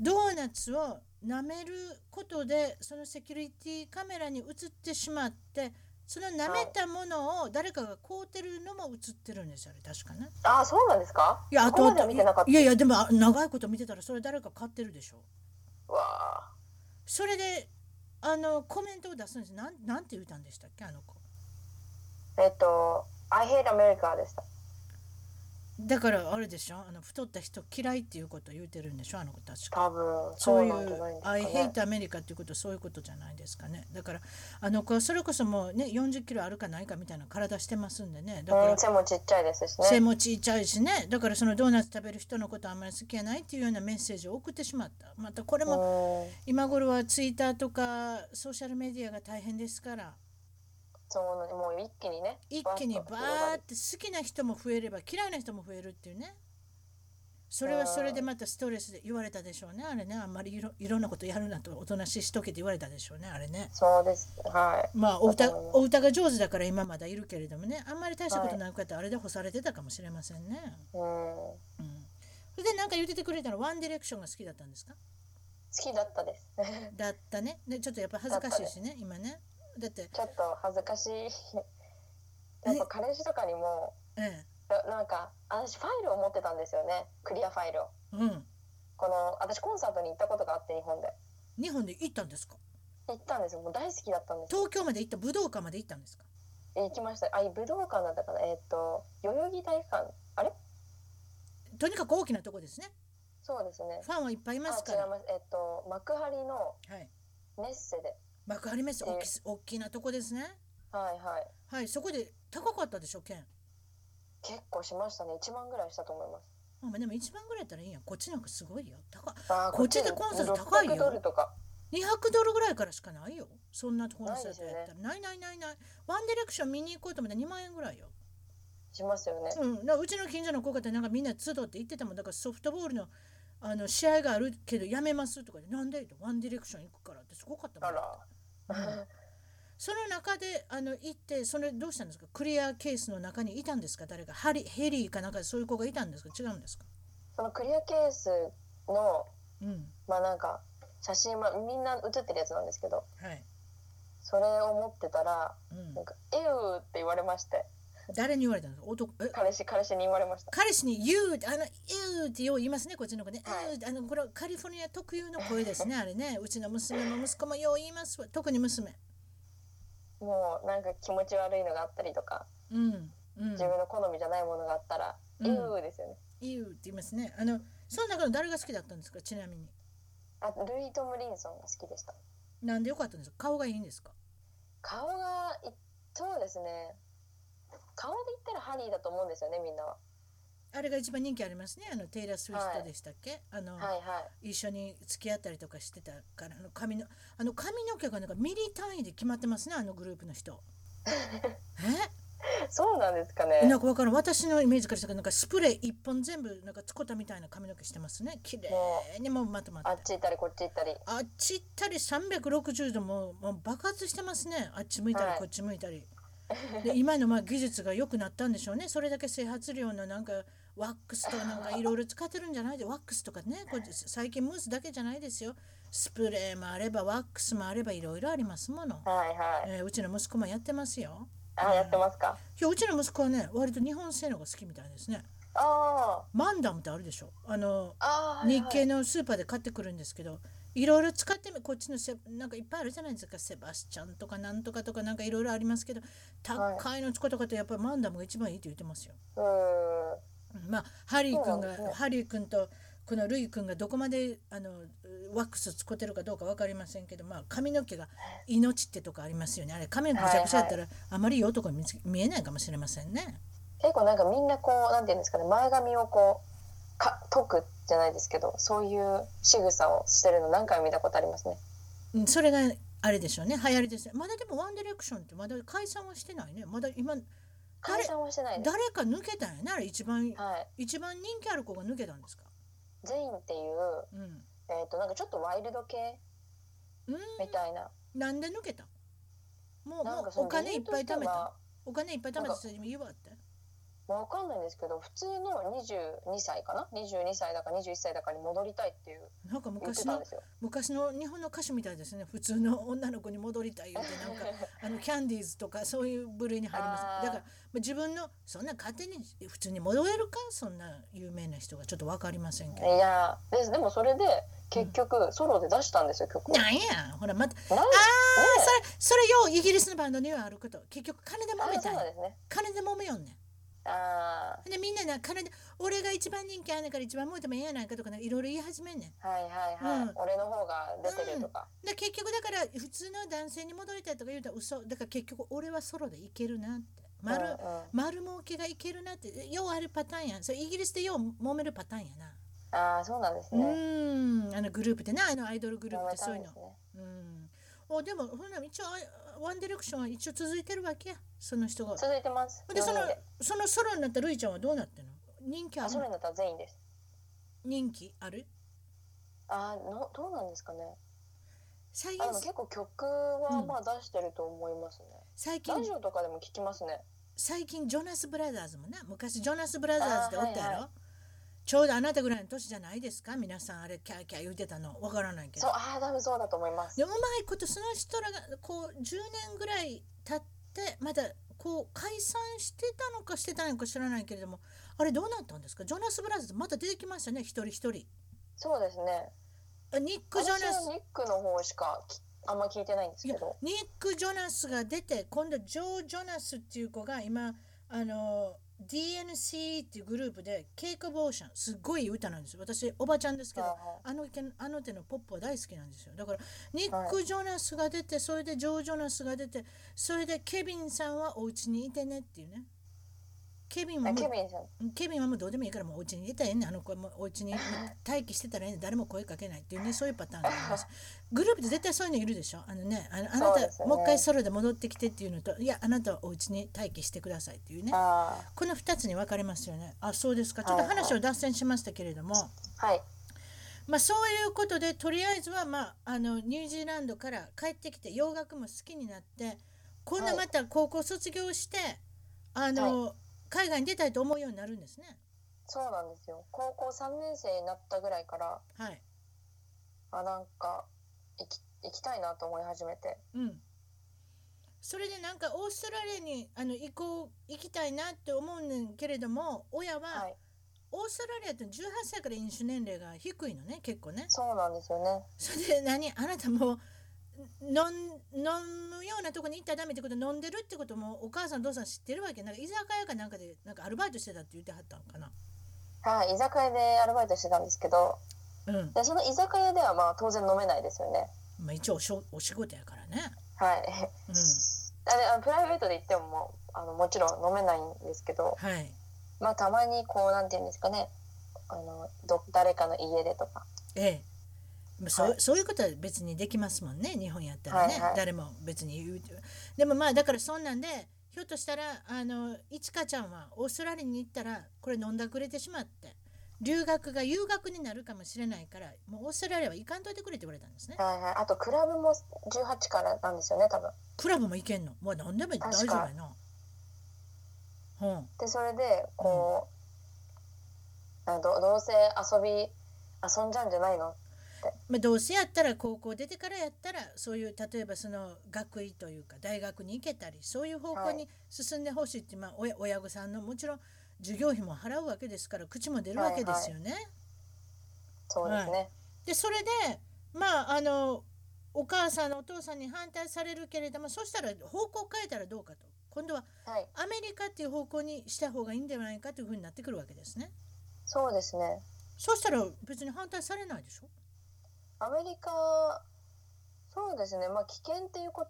S1: ドーナツを舐めることでそのセキュリティカメラに映ってしまってその舐めたものを誰かが買うてるのも映ってるんですあれ確かね。
S2: あそうなんですか
S1: いや
S2: そこまでは見てなかった
S1: いやいやでもあ長いこと見てたらそれ誰か買ってるでしょ。
S2: わあ
S1: それであのコメントを出すんですなんなんて言ったんでしたっけあの子
S2: えっと「I hate America」でした
S1: だからあれでしょあの太った人嫌いっていうことを言ってるんでしょあの子確か
S2: 多分
S1: そういう
S2: なんじゃないんで
S1: 「
S2: すか
S1: I
S2: ね
S1: hate アメリカ」っていうことはそういうことじゃないですかねだからあの子はそれこそもうね40キロあるかないかみたいな体してますんでねだから
S2: うん背もちっちゃいですし
S1: 背
S2: ね
S1: もちっちゃいしねだからそのドーナツ食べる人のことあんまり好きやないっていうようなメッセージを送ってしまったまたこれ
S2: う
S1: も
S2: ん
S1: 今頃はツイッターとかソーシャルメディアが大変ですから
S2: そうなんもう一気にね
S1: 一気にバ
S2: と広が
S1: ーっ
S2: る
S1: て好きな人も増えれば嫌いな人も増えるっていうねそれはそれでまたストレスで言われたでしょうねあれねあんまりいろいろんなことやるなとおとなしいしとけって言われたでしょうねあれね
S2: そうですはい
S1: まあお歌
S2: わかります
S1: お歌が上手だから今まだいるけれどもねあんまり大したことない方あれで干されてたかもしれませんね、
S2: うん好
S1: うん、それでなんか言っててくれたのワンディレクションが好きだったんですか
S2: きだったです (laughs)
S1: だったねでちょっとやっぱ恥ずかしいしね今ねだって
S2: ちょっと恥ずかしいやっぱ彼氏とかにも
S1: え
S2: ななんか私ファイルを持ってたんですよねクリアファイルを
S1: えうん
S2: この私コンサートに行ったことがあって日本で
S1: 日本で行ったんですか
S2: 行ったんですよもう大好きだったんですよ
S1: 東京まで行った武道館まで行ったんですか
S2: 行きましたあ武道館だったかなえっと代々木体育館あれ
S1: とにかく大きなとこですね
S2: そうですね
S1: ファンはいっぱいいますか
S2: あ違い
S1: ら。
S2: ますえっと幕張の
S1: はい。
S2: メッセで
S1: 幕張メッセ
S2: うん
S1: 大きす大きなとこですね。
S2: はいはい
S1: はい、そこで高かったでしょ、券。
S2: 結構しましたね1万ぐらいしたと思います
S1: まあでも一番ぐらいやったらいいやん。こっちなんかすごいよ。高
S2: あー
S1: こっちでコンサート高いよ
S2: 600ドルとか
S1: 200ドルぐらいからしかないよ。そんなコンサート
S2: ない
S1: やっ
S2: で
S1: た
S2: す
S1: ら。ないないないない。ワンディレクション見に行こうと思ったら2万円ぐらいよ。
S2: しますよね
S1: うん。だからうちの近所の子方なんかみんな集って行ってたもん。だからソフトボールのあの試合があるけどやめますとかで、なんでとワンディレクション行くからってすごかったもん。
S2: あら
S1: うんその中であの行ってそれどうしたんですかクリアケースの中にいたんですか誰かハリヘリーかなんかそういう子がいたんですか違うんですか
S2: (laughs) そのクリアケースの
S1: うん
S2: まあなんか写真、まあ、みんな写ってるやつなんですけど
S1: はい、
S2: それを持ってたら
S1: う
S2: なんか「えう」って言われまして
S1: ん、誰に言われたんですか男え
S2: 彼氏彼氏に言われました
S1: 彼氏に「You」ってあの「You」ってよう言いますねこっちの子ね「
S2: はい
S1: You」ってあのこれはカリフォルニア特有の声ですねあれねうちの娘も息子もよう言いますわ特に娘
S2: もうなんか気持ち悪いのがあったりとか
S1: うんうん
S2: 自分の好みじゃないものがあったら「
S1: うん
S2: えう」ですよね
S1: 「You」って言いますねあのその中の誰が好きだったんですかちなみに
S2: あルイ・トムリンソンが好きでした
S1: なんでよかったんですか顔がいいんですか
S2: 顔がいそうですね顔で言ったらハリーだと思うんですよねみんなは、
S1: あれが一番人気ありますねあのテイラー・スウィフトでしたっけ、あの、
S2: はいはい
S1: 一緒に付き合ったりとかしてたからあの髪のあの髪の毛がなんかミリ単位で決まってますねあのグループの人。
S2: そうなんですか
S1: え
S2: ね
S1: なんかわからん私のイメージからしたらなんかスプレー一本全部なんかつこたみたいな髪の毛してますね綺麗にもうまとま
S2: あ
S1: っ
S2: ってち行ったりこっち行ったり
S1: あっち行ったり360度もうもう爆発してますねあっち向いた
S2: は
S1: り
S2: い
S1: こっち向いたり。で今のまあ技術が良くなったんでしょうねそれだけ整髪料のなんかワックスとなんかいろいろ使ってるんじゃないでワックスとかねこれ最近ムースだけじゃないですよスプレーもあればワックスもあればいろいろありますもの、
S2: はいはい
S1: えーうちの息子もやってますよ
S2: あやってますか
S1: いやうちの息子はね割と日本製のが好きみたいですね
S2: あー
S1: マンダムってあるでしょあの
S2: あーはい
S1: 日
S2: はい
S1: 系のスーパーで買ってくるんですけどいろいろ使ってみこっちのせなんかいっぱいあるじゃないですかセバスチャンとかなんとかとかなんかいろいろありますけど高いの使った方やっぱりマンダムが一番いいって言ってますよ。
S2: うーん
S1: まあハリー君
S2: そうなんです
S1: が
S2: ね
S1: ハリー君とこのルイ君がどこまであのワックス使ってるかどうか分かりませんけど、まあ、髪の毛が命ってとかありますよねあれ髪がぐちゃぐちゃだったら、あまりいい男に見つ見えないかもしれませんね。
S2: 結構なんかみんなこうなんていうんですかね前髪をこうか解くじゃないですけどそういう仕草をしてるの何回も見たことありますね
S1: うんそれがあれでしょうね流行りですねまだでもワンディレクションってまだ解散はしてないねまだ今
S2: 解散はしてないです
S1: 誰か抜けたんやねあれ一番
S2: はい
S1: 一番人気ある子が抜けたんですか
S2: ジェインっていう
S1: うん
S2: えっ、となんかちょっとワイルド系
S1: うん
S2: みたいな、
S1: なんで抜けたんもう
S2: な
S1: も
S2: んか
S1: うお金いっぱい貯めた
S2: わ
S1: お金いっぱい貯めた人にも言わって
S2: わかんないんですけど普通の22歳かな22歳だか21歳だかに戻りたいっていう
S1: なんか
S2: 言って
S1: 昔
S2: たん
S1: の
S2: ですよ
S1: 昔の日本の歌手みたいですね普通の女の子に戻りたい
S2: (laughs)
S1: よってなんかあのキャンディーズとかそういう部類に入ります
S2: あー
S1: だからまあ自分のそんな勝手に普通に戻れるかそんな有名な人がちょっと分かりませんけ
S2: い
S1: ど。
S2: やーですでもそれで結局ソロで出したんですよ曲を
S1: なんやほらまた
S2: なんね
S1: それそれようイギリスのバンドにはあること結局金で揉め
S2: あそ
S1: た
S2: うんなん
S1: や
S2: ですね
S1: 金で揉めよんねん
S2: あ
S1: でみんなな金で俺が一番人気あんねんから一番もうてもええやないかとかなんかいろいろ言い始めんねん
S2: あはいはいはい、
S1: うん
S2: 俺の方が出てるとか、
S1: で結局だから普通の男性に戻りたいとか言うたら嘘だから結局俺はソロでいけるなって丸,、
S2: うんうん
S1: 丸儲けがいけるなってようあるパターンやんそれイギリスでよう揉めるパターンやな
S2: ああそうなんです
S1: う
S2: ね、
S1: んあのグループってなあのアイドルグループってそういうの
S2: 揉めたんです
S1: う
S2: ね
S1: んおでもほんなら一応あワンディレクションは一応続いてるわけやその人が
S2: 続いてます
S1: でその
S2: 四人で
S1: そのソロになったルイちゃんはどうなってんの人気あ
S2: あ
S1: る
S2: ソロになったら全員です
S1: 人気ある
S2: あーのどうなんですかね
S1: 最
S2: あ
S1: 近
S2: でも結構曲は
S1: うん
S2: まあ出してると思いますね、
S1: 最近
S2: ラジオとかでも聞きますね
S1: 最近ジョナス・ブラザーズもな昔ジョナス・ブラザーズでおったやろ、
S2: あはい
S1: ちょうどあなたぐらいの年じゃないですか皆さんあれキャーキャー言うてたのわからないけ
S2: そう
S1: ど
S2: ああ多分そうだと思います
S1: でうまいことその人らがこう10年ぐらい経ってまだこう解散してたのかしてたのか知らないけれどもあれどうなったんですかジョナス・ブラザーズまた出てきましたね一人一人
S2: そうですね
S1: あニック・ジョ
S2: 私
S1: ナス
S2: はニックの方しかきあんま聞いてないんです
S1: い
S2: け
S1: や
S2: ど
S1: ニック・ジョナスが出て今度ジョー・ジョナスっていう子が今あの DNC っていうグループで「ケイク・ボーシャン」すっごいいい歌なんですよ私おばちゃんですけ
S2: は
S1: ど
S2: いはい
S1: あのけんあの手のポップは大好きなんですよだからニック・ジョナスが出てそれでジョー・ジョナスが出てそれでケビンさんはお家にいてねっていうねケビンは
S2: あ
S1: もう
S2: ケビンさん
S1: ケビンはもうどうでもいいからもうお家にいたらええねんあの子はもうお家に待機してたらええねん誰も声かけないっていうねそういうパターンがありますグループで絶対そういうのいるでしょあのねあのあな
S2: そう
S1: た、
S2: ですね
S1: もう一回ソロで戻ってきてっていうのといやあなたはお家に待機してくださいっていうね
S2: あ
S1: この2つに分かれますよねあそうですかちょっと話を脱線しましたけれども、
S2: あはい
S1: まあ、そういうことでとりあえずは、まあ、あのニュージーランドから帰ってきて洋楽も好きになって今
S2: は
S1: 度ま
S2: い
S1: た高校卒業してあの、海外に出たいと思うようになるんですね。
S2: そうなんですよ高校3年生になったぐらいから
S1: はい、
S2: あなんか行き行きたいなと思い始めて
S1: うん、それでなんかオーストラリアにあの行こう行きたいなって思うねんけれども親は、
S2: はい
S1: オーストラリアって18歳から飲酒年齢が低いのね結構ね。
S2: そうなんですよね
S1: それで何あなたもう飲ん飲むようなとこに行ったらダメってこと飲んでるってこともお母さんお父さん知ってるわけなんか居酒屋かなんかでなんかアルバイトしてたって言ってはったんかな。
S2: はい、居酒屋でアルバイトしてたんですけど
S1: うん
S2: でその居酒屋ではまあ当然飲めないですよね
S1: まあ、一応おしょお仕事やからね。
S2: はい
S1: うん、
S2: (laughs) あれあのプライベートで行ってももうあのもちろん飲めないんですけど
S1: はい。
S2: まあたまにこうなんて言うんですかねあのど誰かの家でとか
S1: ええ。まあそう
S2: は
S1: そういうことは別にできますもんね日本やったらね、
S2: はいはい
S1: 誰も別に言うでもまあだからそんなんでひょっとしたらあのいちかちゃんはオーストラリアに行ったらこれ飲んだくれてしまって留学が留学になるかもしれないからもうオーストラリアは行かんといてくれって言われたんですね
S2: はいはいあとクラブも18からなんですよね多分
S1: クラブも行けんのもう何でも大丈夫やなうん
S2: でそれでこう、あどどうせ遊び遊んじゃうんじゃないの
S1: まあ、どうせやったら高校出てからやったらそういう例えばその学位というか大学に行けたりそういう方向
S2: は
S1: に進んでほしいって、まあ、親親御さんのもちろん授業費も払うわけですから口も出るわけですよね。
S2: そうですね、
S1: でそれでまああのお母さんのお父さんに反対されるけれどもそしたら方向変えたらどうかと今度は
S2: はい
S1: アメリカっていう方向にした方がいいんではないかというふうになってくるわけですね。
S2: そうですね
S1: そうしたら別に反対されないでしょ
S2: アメリカそうですねまあ危険っていうこ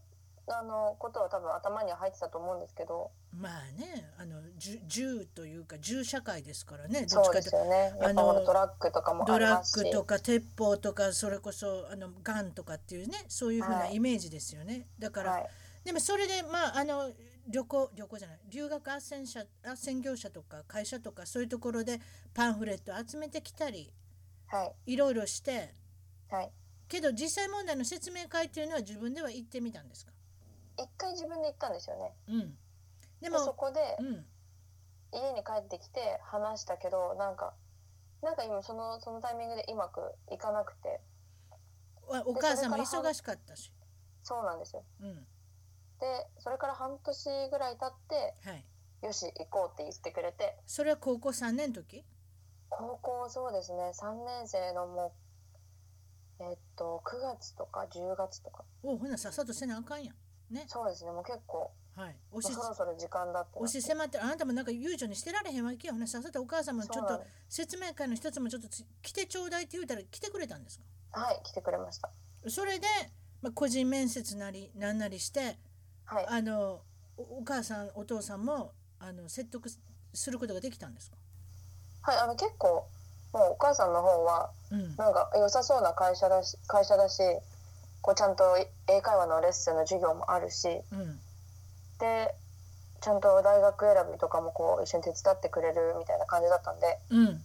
S2: あのことは多分頭には入ってたと思うんですけど
S1: まあねあの銃銃というか銃社会ですからねどっ
S2: そ
S1: ち
S2: う
S1: かと
S2: ですよね
S1: あの
S2: やっぱほらドラッグとかも
S1: ド
S2: あり
S1: ラ
S2: ます
S1: ッグ
S2: し
S1: とか鉄砲とかそれこそあのガンとかっていうねそういうふうな
S2: はい
S1: イメージですよね、だから、
S2: はい
S1: でもそれでまああの旅行旅行じゃない留学斡旋者斡旋業者とか会社とかそういうところでパンフレット集めてきたり
S2: はい
S1: いろいろして
S2: はい
S1: けど実際問題の説明会っていうのは自分では行ってみたんですか
S2: 一回自分で行ったんですよね
S1: うんで
S2: で
S1: も
S2: そこで
S1: うん
S2: 家に帰ってきて話したけどなんかなんか今そのそのタイミングでうまくいかなくて
S1: わお母さんも
S2: でそれから
S1: 忙しかったし
S2: そうなんですよ
S1: うん
S2: でそれから半年ぐらい経って
S1: はい
S2: よし行こうって言ってくれて
S1: それは高校3年の時
S2: 高校そうですね3年生のもうえっと9月とか10月とか
S1: おうほなさっさとせなあかんやんね
S2: そうですねもう結構
S1: はいお
S2: もう
S1: し
S2: そろそろ時間だってな
S1: 押し迫ってるあなたもなんか悠長にしてられへんわけよほなさっさとお母様ち
S2: そ
S1: ょ
S2: う
S1: っ
S2: なん
S1: と
S2: です
S1: 説明会の一つもちょっとつ来てちょうだいって言うたら来てくれたんですか
S2: はい来てくれました
S1: それで、まあ、個人面接なりなんなりして
S2: はい
S1: あのおお母さんお父さんもあの説得すすることができたんですか、
S2: はいあの結構もうお母さんの方は
S1: うん、
S2: なんか良さそうな会社だし会社だしこうちゃんと英会話のレッスンの授業もあるし
S1: うん、
S2: でちゃんと大学選びとかもこう一緒に手伝ってくれるみたいな感じだったんで
S1: うん、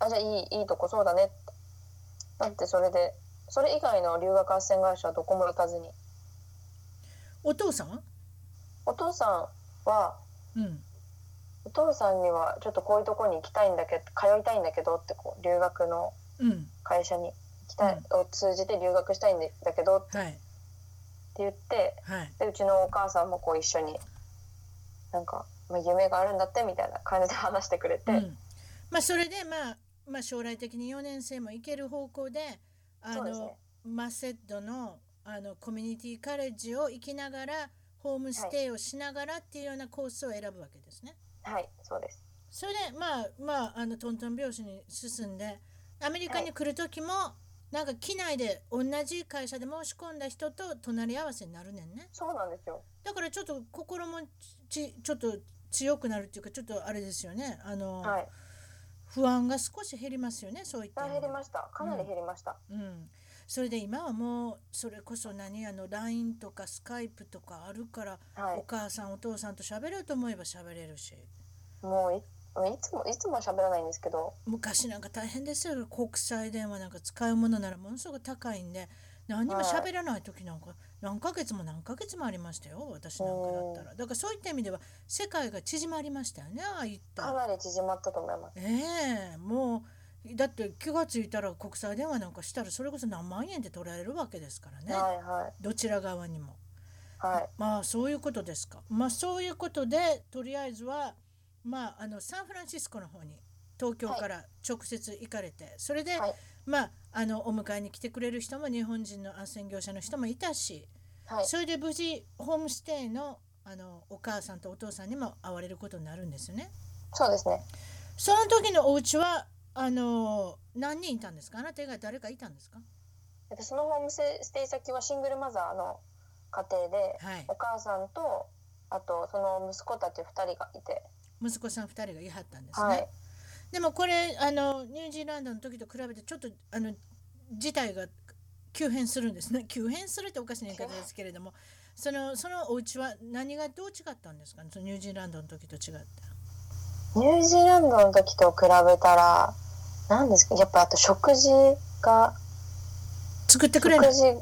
S2: あじゃあいいいいとこそうだねってなってそれでそれ以外の留学斡旋会社はどこも行かずに
S1: お父さんは
S2: お父さんは
S1: うん、
S2: お父さんにはちょっとこういうとこに行きたいんだけど通いたいんだけどってこう留学の
S1: うん、
S2: 会社に行きたい、を通じて留学したいんだけどって
S1: はい、
S2: 言って
S1: はい。
S2: でうちのお母さんもこう一緒になんか、まあ、夢があるんだってみたいな感じで話してくれて、
S1: うん、まあそれで、まあ、まあ将来的に4年生も行ける方向であ
S2: そ
S1: の
S2: うですね
S1: マセッドのあのコミュニティカレッジを行きながらホームステイをしながらっていうようなコースを選ぶわけですね。
S2: はいそうです
S1: それでまあまああのトントン拍子に進んでアメリカに来る時も、なんか機内で同じ会社で申し込んだ人と隣り合わせになるねんね。
S2: そうなんですよ
S1: だからちょっと心もちちょっと強くなるっていうかちょっとあれですよね。あの、
S2: はい
S1: 不安が少し減りますよねそういった
S2: あ
S1: 意味
S2: 減
S1: で
S2: りましたかなり減りました、
S1: うん、それで今はもうそれこそ何あの LINE とか Skype とかあるから、
S2: はい
S1: お母さんお父さんと喋れると思えば喋れるし
S2: もういもういつもいつもは喋らないんですけど
S1: 昔なんか大変ですよ国際電話なんか使うものならものすごく高いんで何にも喋らない時なんか何ヶ月も何ヶ月もありましたよ私なんかだったらだからそういった意味では世界が縮まりましたよねああいった
S2: かなり縮まったと思います
S1: ええもうだって気がついたら国際電話なんかしたらそれこそ何万円で取られるわけですからね、
S2: はいはい
S1: どちら側にも
S2: はい
S1: まあそういうことですかまあそういうことでとりあえずはまああのサンフランシスコの方に東京から直接行かれて、それで、
S2: はい
S1: まああのお迎えに来てくれる人も日本人の斡旋業者の人もいたし、
S2: はい
S1: それで無事ホームステイのあのお母さんとお父さんにも会われることになるんですよね。
S2: そうですね
S1: その時のお家はあの何人いたんですかあなた以外誰かいたんですか
S2: えっとそのホームステイ先はシングルマザーの家庭で、
S1: はい
S2: お母さんとあとその息子たち2人がいて、
S1: 息子さん2人がいはったんですね、
S2: はい、
S1: でもこれあのニュージーランドの時と比べてちょっとあの事態が急変するんですね (laughs) 急変するっておかしな言い方ですけれどもそのそのお家は何がどう違ったんですかねそのニュージーランドの時と違って
S2: ニュージーランドの時と比べたら何ですかやっぱあと食事が
S1: 作ってく
S2: 食
S1: れない、
S2: 事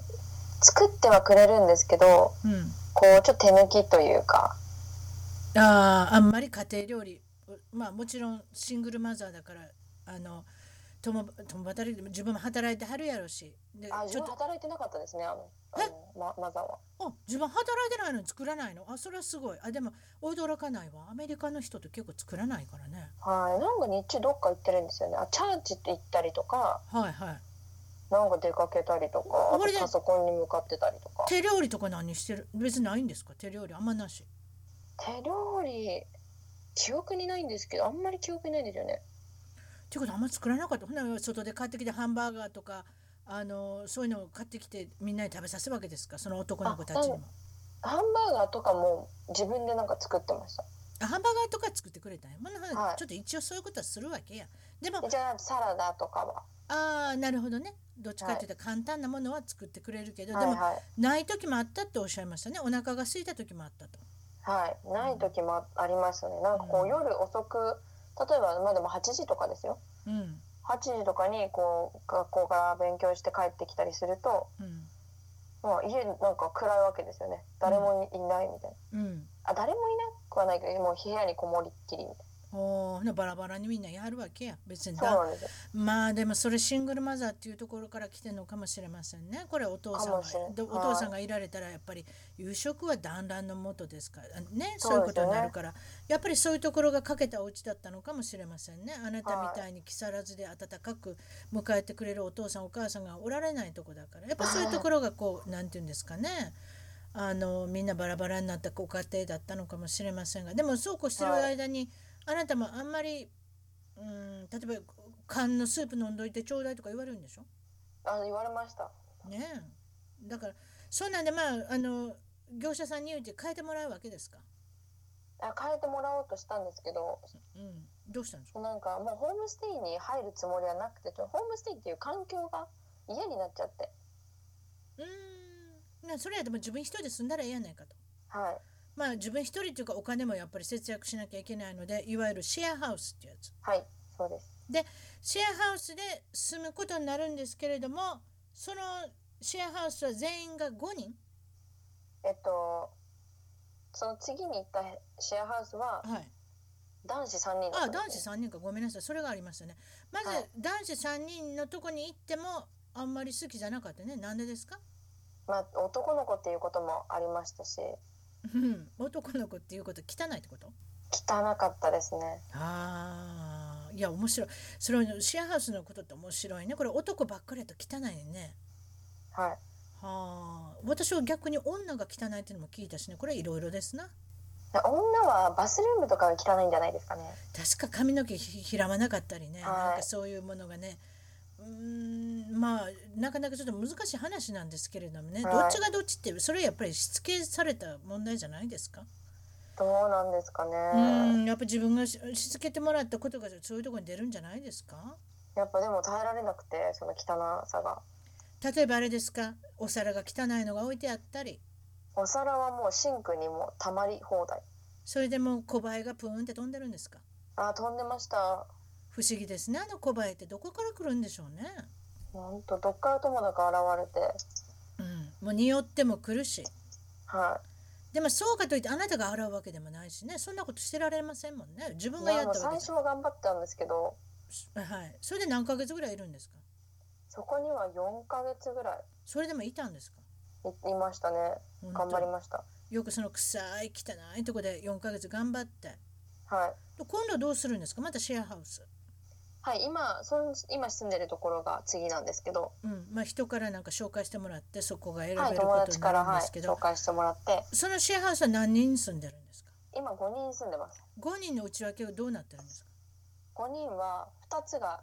S2: 作ってはくれるんですけど
S1: う
S2: こうちょっと手抜きというか
S1: ん、あーあんまり家庭料理まあもちろんシングルマザーだからあの共共働きでも自分も働いてはるやろしで
S2: あ自
S1: ちょ
S2: 分
S1: っと
S2: 働いてなかったですねあのあの、ま、マザーは
S1: あ自分働いてないのに作らないのあそれはすごいあでも驚かないわアメリカの人と結構作らないからね
S2: はいなんか日中どっか行ってるんですよねあチャーチって行ったりとか
S1: はいはい
S2: なんか出かけたりとかあ
S1: これで
S2: とパソコンに向かってたりとか
S1: 手料理とか何してる別にないんですか手料理あんまなし
S2: 手料理記憶にないんですけどあんまり記憶にないんですよね
S1: ていうことあんま作らなかったほんなら外で買ってきてハンバーガーとかあのそういうのを買ってきてみんなに食べさせるわけですかその男の子たちにも
S2: ハンバーガーとかも自分でなんか作ってました
S1: あハンバーガーとか作ってくれたんや、まあ
S2: はい
S1: ちょっと一応そういうことはするわけやでも
S2: でじゃあサラダとかは
S1: ああなるほどねどっちかっていうと簡単なものは作ってくれるけど、
S2: はい
S1: でも
S2: はい
S1: ない時もあったっておっしゃいましたねお腹が空いた時もあったと。
S2: はい、ない時もあありますよね。なんかこ
S1: う
S2: うん夜遅く、例えばまあでも8時とかですよ。
S1: うん
S2: 8時とかにこう学校から勉強して帰ってきたりすると、
S1: うん
S2: まあ家なんか暗いわけですよね。誰もいいないみたいな。
S1: うん
S2: あ、誰もいなくはないけど、もう部屋にこもりっきりみたい
S1: おーなバラバラにみんなやるわけや別に
S2: な。
S1: だ
S2: そうなんですよ。
S1: まあでもそれシングルマザーっていうところから来てるのかもしれませんねこれお父さん
S2: かもしれ
S1: が
S2: ん
S1: でお
S2: はい
S1: 父さんがいられたらやっぱり夕食は団らんのもとですからね
S2: そうですよね
S1: そういうことになるから、やっぱりそういうところがかけたお家だったのかもしれませんねあなたみたいに木更津で温かく迎えてくれるお父さんお母さんがおられないとこだからやっぱそういうところがこうなんて言うんですかねあのみんなバラバラになったご家庭だったのかもしれませんがでもそうこうしてる間に、あなたもあんまりうん例えば缶のスープ飲んどいてちょうだいとか言われるんでしょ
S2: あの言われました。
S1: ねえだからそうなんでまああの業者さんに言うて変えてもらうわけですか、
S2: あ変えてもらおうとしたんですけど、
S1: うん、どうしたんですか
S2: なんかもうホームステイに入るつもりはなくて、ちょホームステイっていう環境が嫌になっちゃって。
S1: うーんなそれやでも自分一人で住んだらええやないかと
S2: はい。
S1: まあ自分一人っていうかお金もやっぱり節約しなきゃいけないのでいわゆるシェアハウスってやつ
S2: はい、そうです。
S1: シェアハウスで住むことになるんですけれどもそのシェアハウスは全員が5人
S2: えっと、その次に行ったシェアハウスは
S1: はい
S2: 男子3人だ
S1: あ
S2: ったん
S1: 男
S2: です
S1: 子
S2: ね
S1: 3人かごめんなさいそれがありましたねまず
S2: はい
S1: 男子3人のとこに行ってもあんまり好きじゃなかったねなんでですか
S2: まあ、男の子っていうこともありましたし
S1: うん男の子っていうこと汚いってこと
S2: 汚かったですね
S1: あーいや面白いそれシェアハウスのことって面白いねこれ男ばっかりだと汚いね
S2: はい
S1: はあ私は逆に女が汚いっていうのも聞いたしねこれいろいろですな
S2: で女はバスルームとかが汚いんじゃないですかね
S1: 確か髪の毛ひひらまなかったりね、
S2: はい
S1: なんかそういうものがねうーんまあなかなかちょっと難しい話なんですけれどもね、
S2: はい
S1: どっちがどっちってそれやっぱりしつけされた問題じゃないですか、
S2: どうなんですか
S1: うー
S2: ね
S1: んやっぱ自分がししつけてもらったことがそういうところに出るんじゃないですか
S2: やっぱでも耐えられなくてその汚さが
S1: 例えばあれですかお皿が汚いのが置いてあったり
S2: お皿はもうシンクにもうたまり放題
S1: それでもう小バエがプーンって飛んでるんですか
S2: あ飛んでました
S1: 不思議ですねあの小バエってどこから来るんでしょうね、
S2: ほんとどっからともなく現れて
S1: うん、もう匂っても来るし
S2: は
S1: でもそうかといってあなたが洗うわけでもないしねそんなことしてられませんもんね自
S2: い
S1: 分
S2: い
S1: が
S2: や
S1: や
S2: あの
S1: ったわ
S2: 最
S1: けじ
S2: 初は頑張ったんですけど
S1: ゃんはいそれで何ヶ月ぐらいいるんですか
S2: そこには4ヶ月ぐらい
S1: それでもいたんですか
S2: いいましたね
S1: 本当
S2: 頑張りました
S1: よくその臭い汚いとこで4ヶ月頑張ってで
S2: はい
S1: 今度どうするんですかまたシェアハウス
S2: はい今その今住んでるところが次なんですけど
S1: うんまあ人からなんか紹介してもらってそこが選べる
S2: はい友
S1: こと
S2: 達
S1: にな
S2: から
S1: るん
S2: は
S1: で
S2: い
S1: すけど、
S2: 紹介してもらって
S1: そのシェアハウスは何人住んでるんですか
S2: 今5人住んでます
S1: 5人の内訳はどうなってるんです
S2: 5人は2つが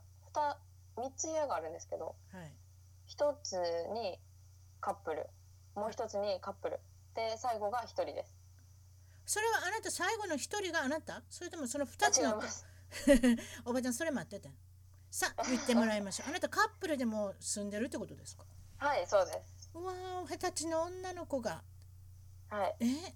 S2: 2 3つ部屋があるんですけど
S1: かはい
S2: 1つにカップルもう1つにカップルで最後が1人です
S1: それはあなた最後の1人があなたそれともその
S2: あ
S1: 2つ
S2: 違い
S1: の
S2: ます
S1: (laughs) おばちゃんそれ待っててさあ言ってもらいましょうあなたカップルでも住んでるってことですか
S2: はいそうです
S1: うわー二十歳の女の子が
S2: はい
S1: え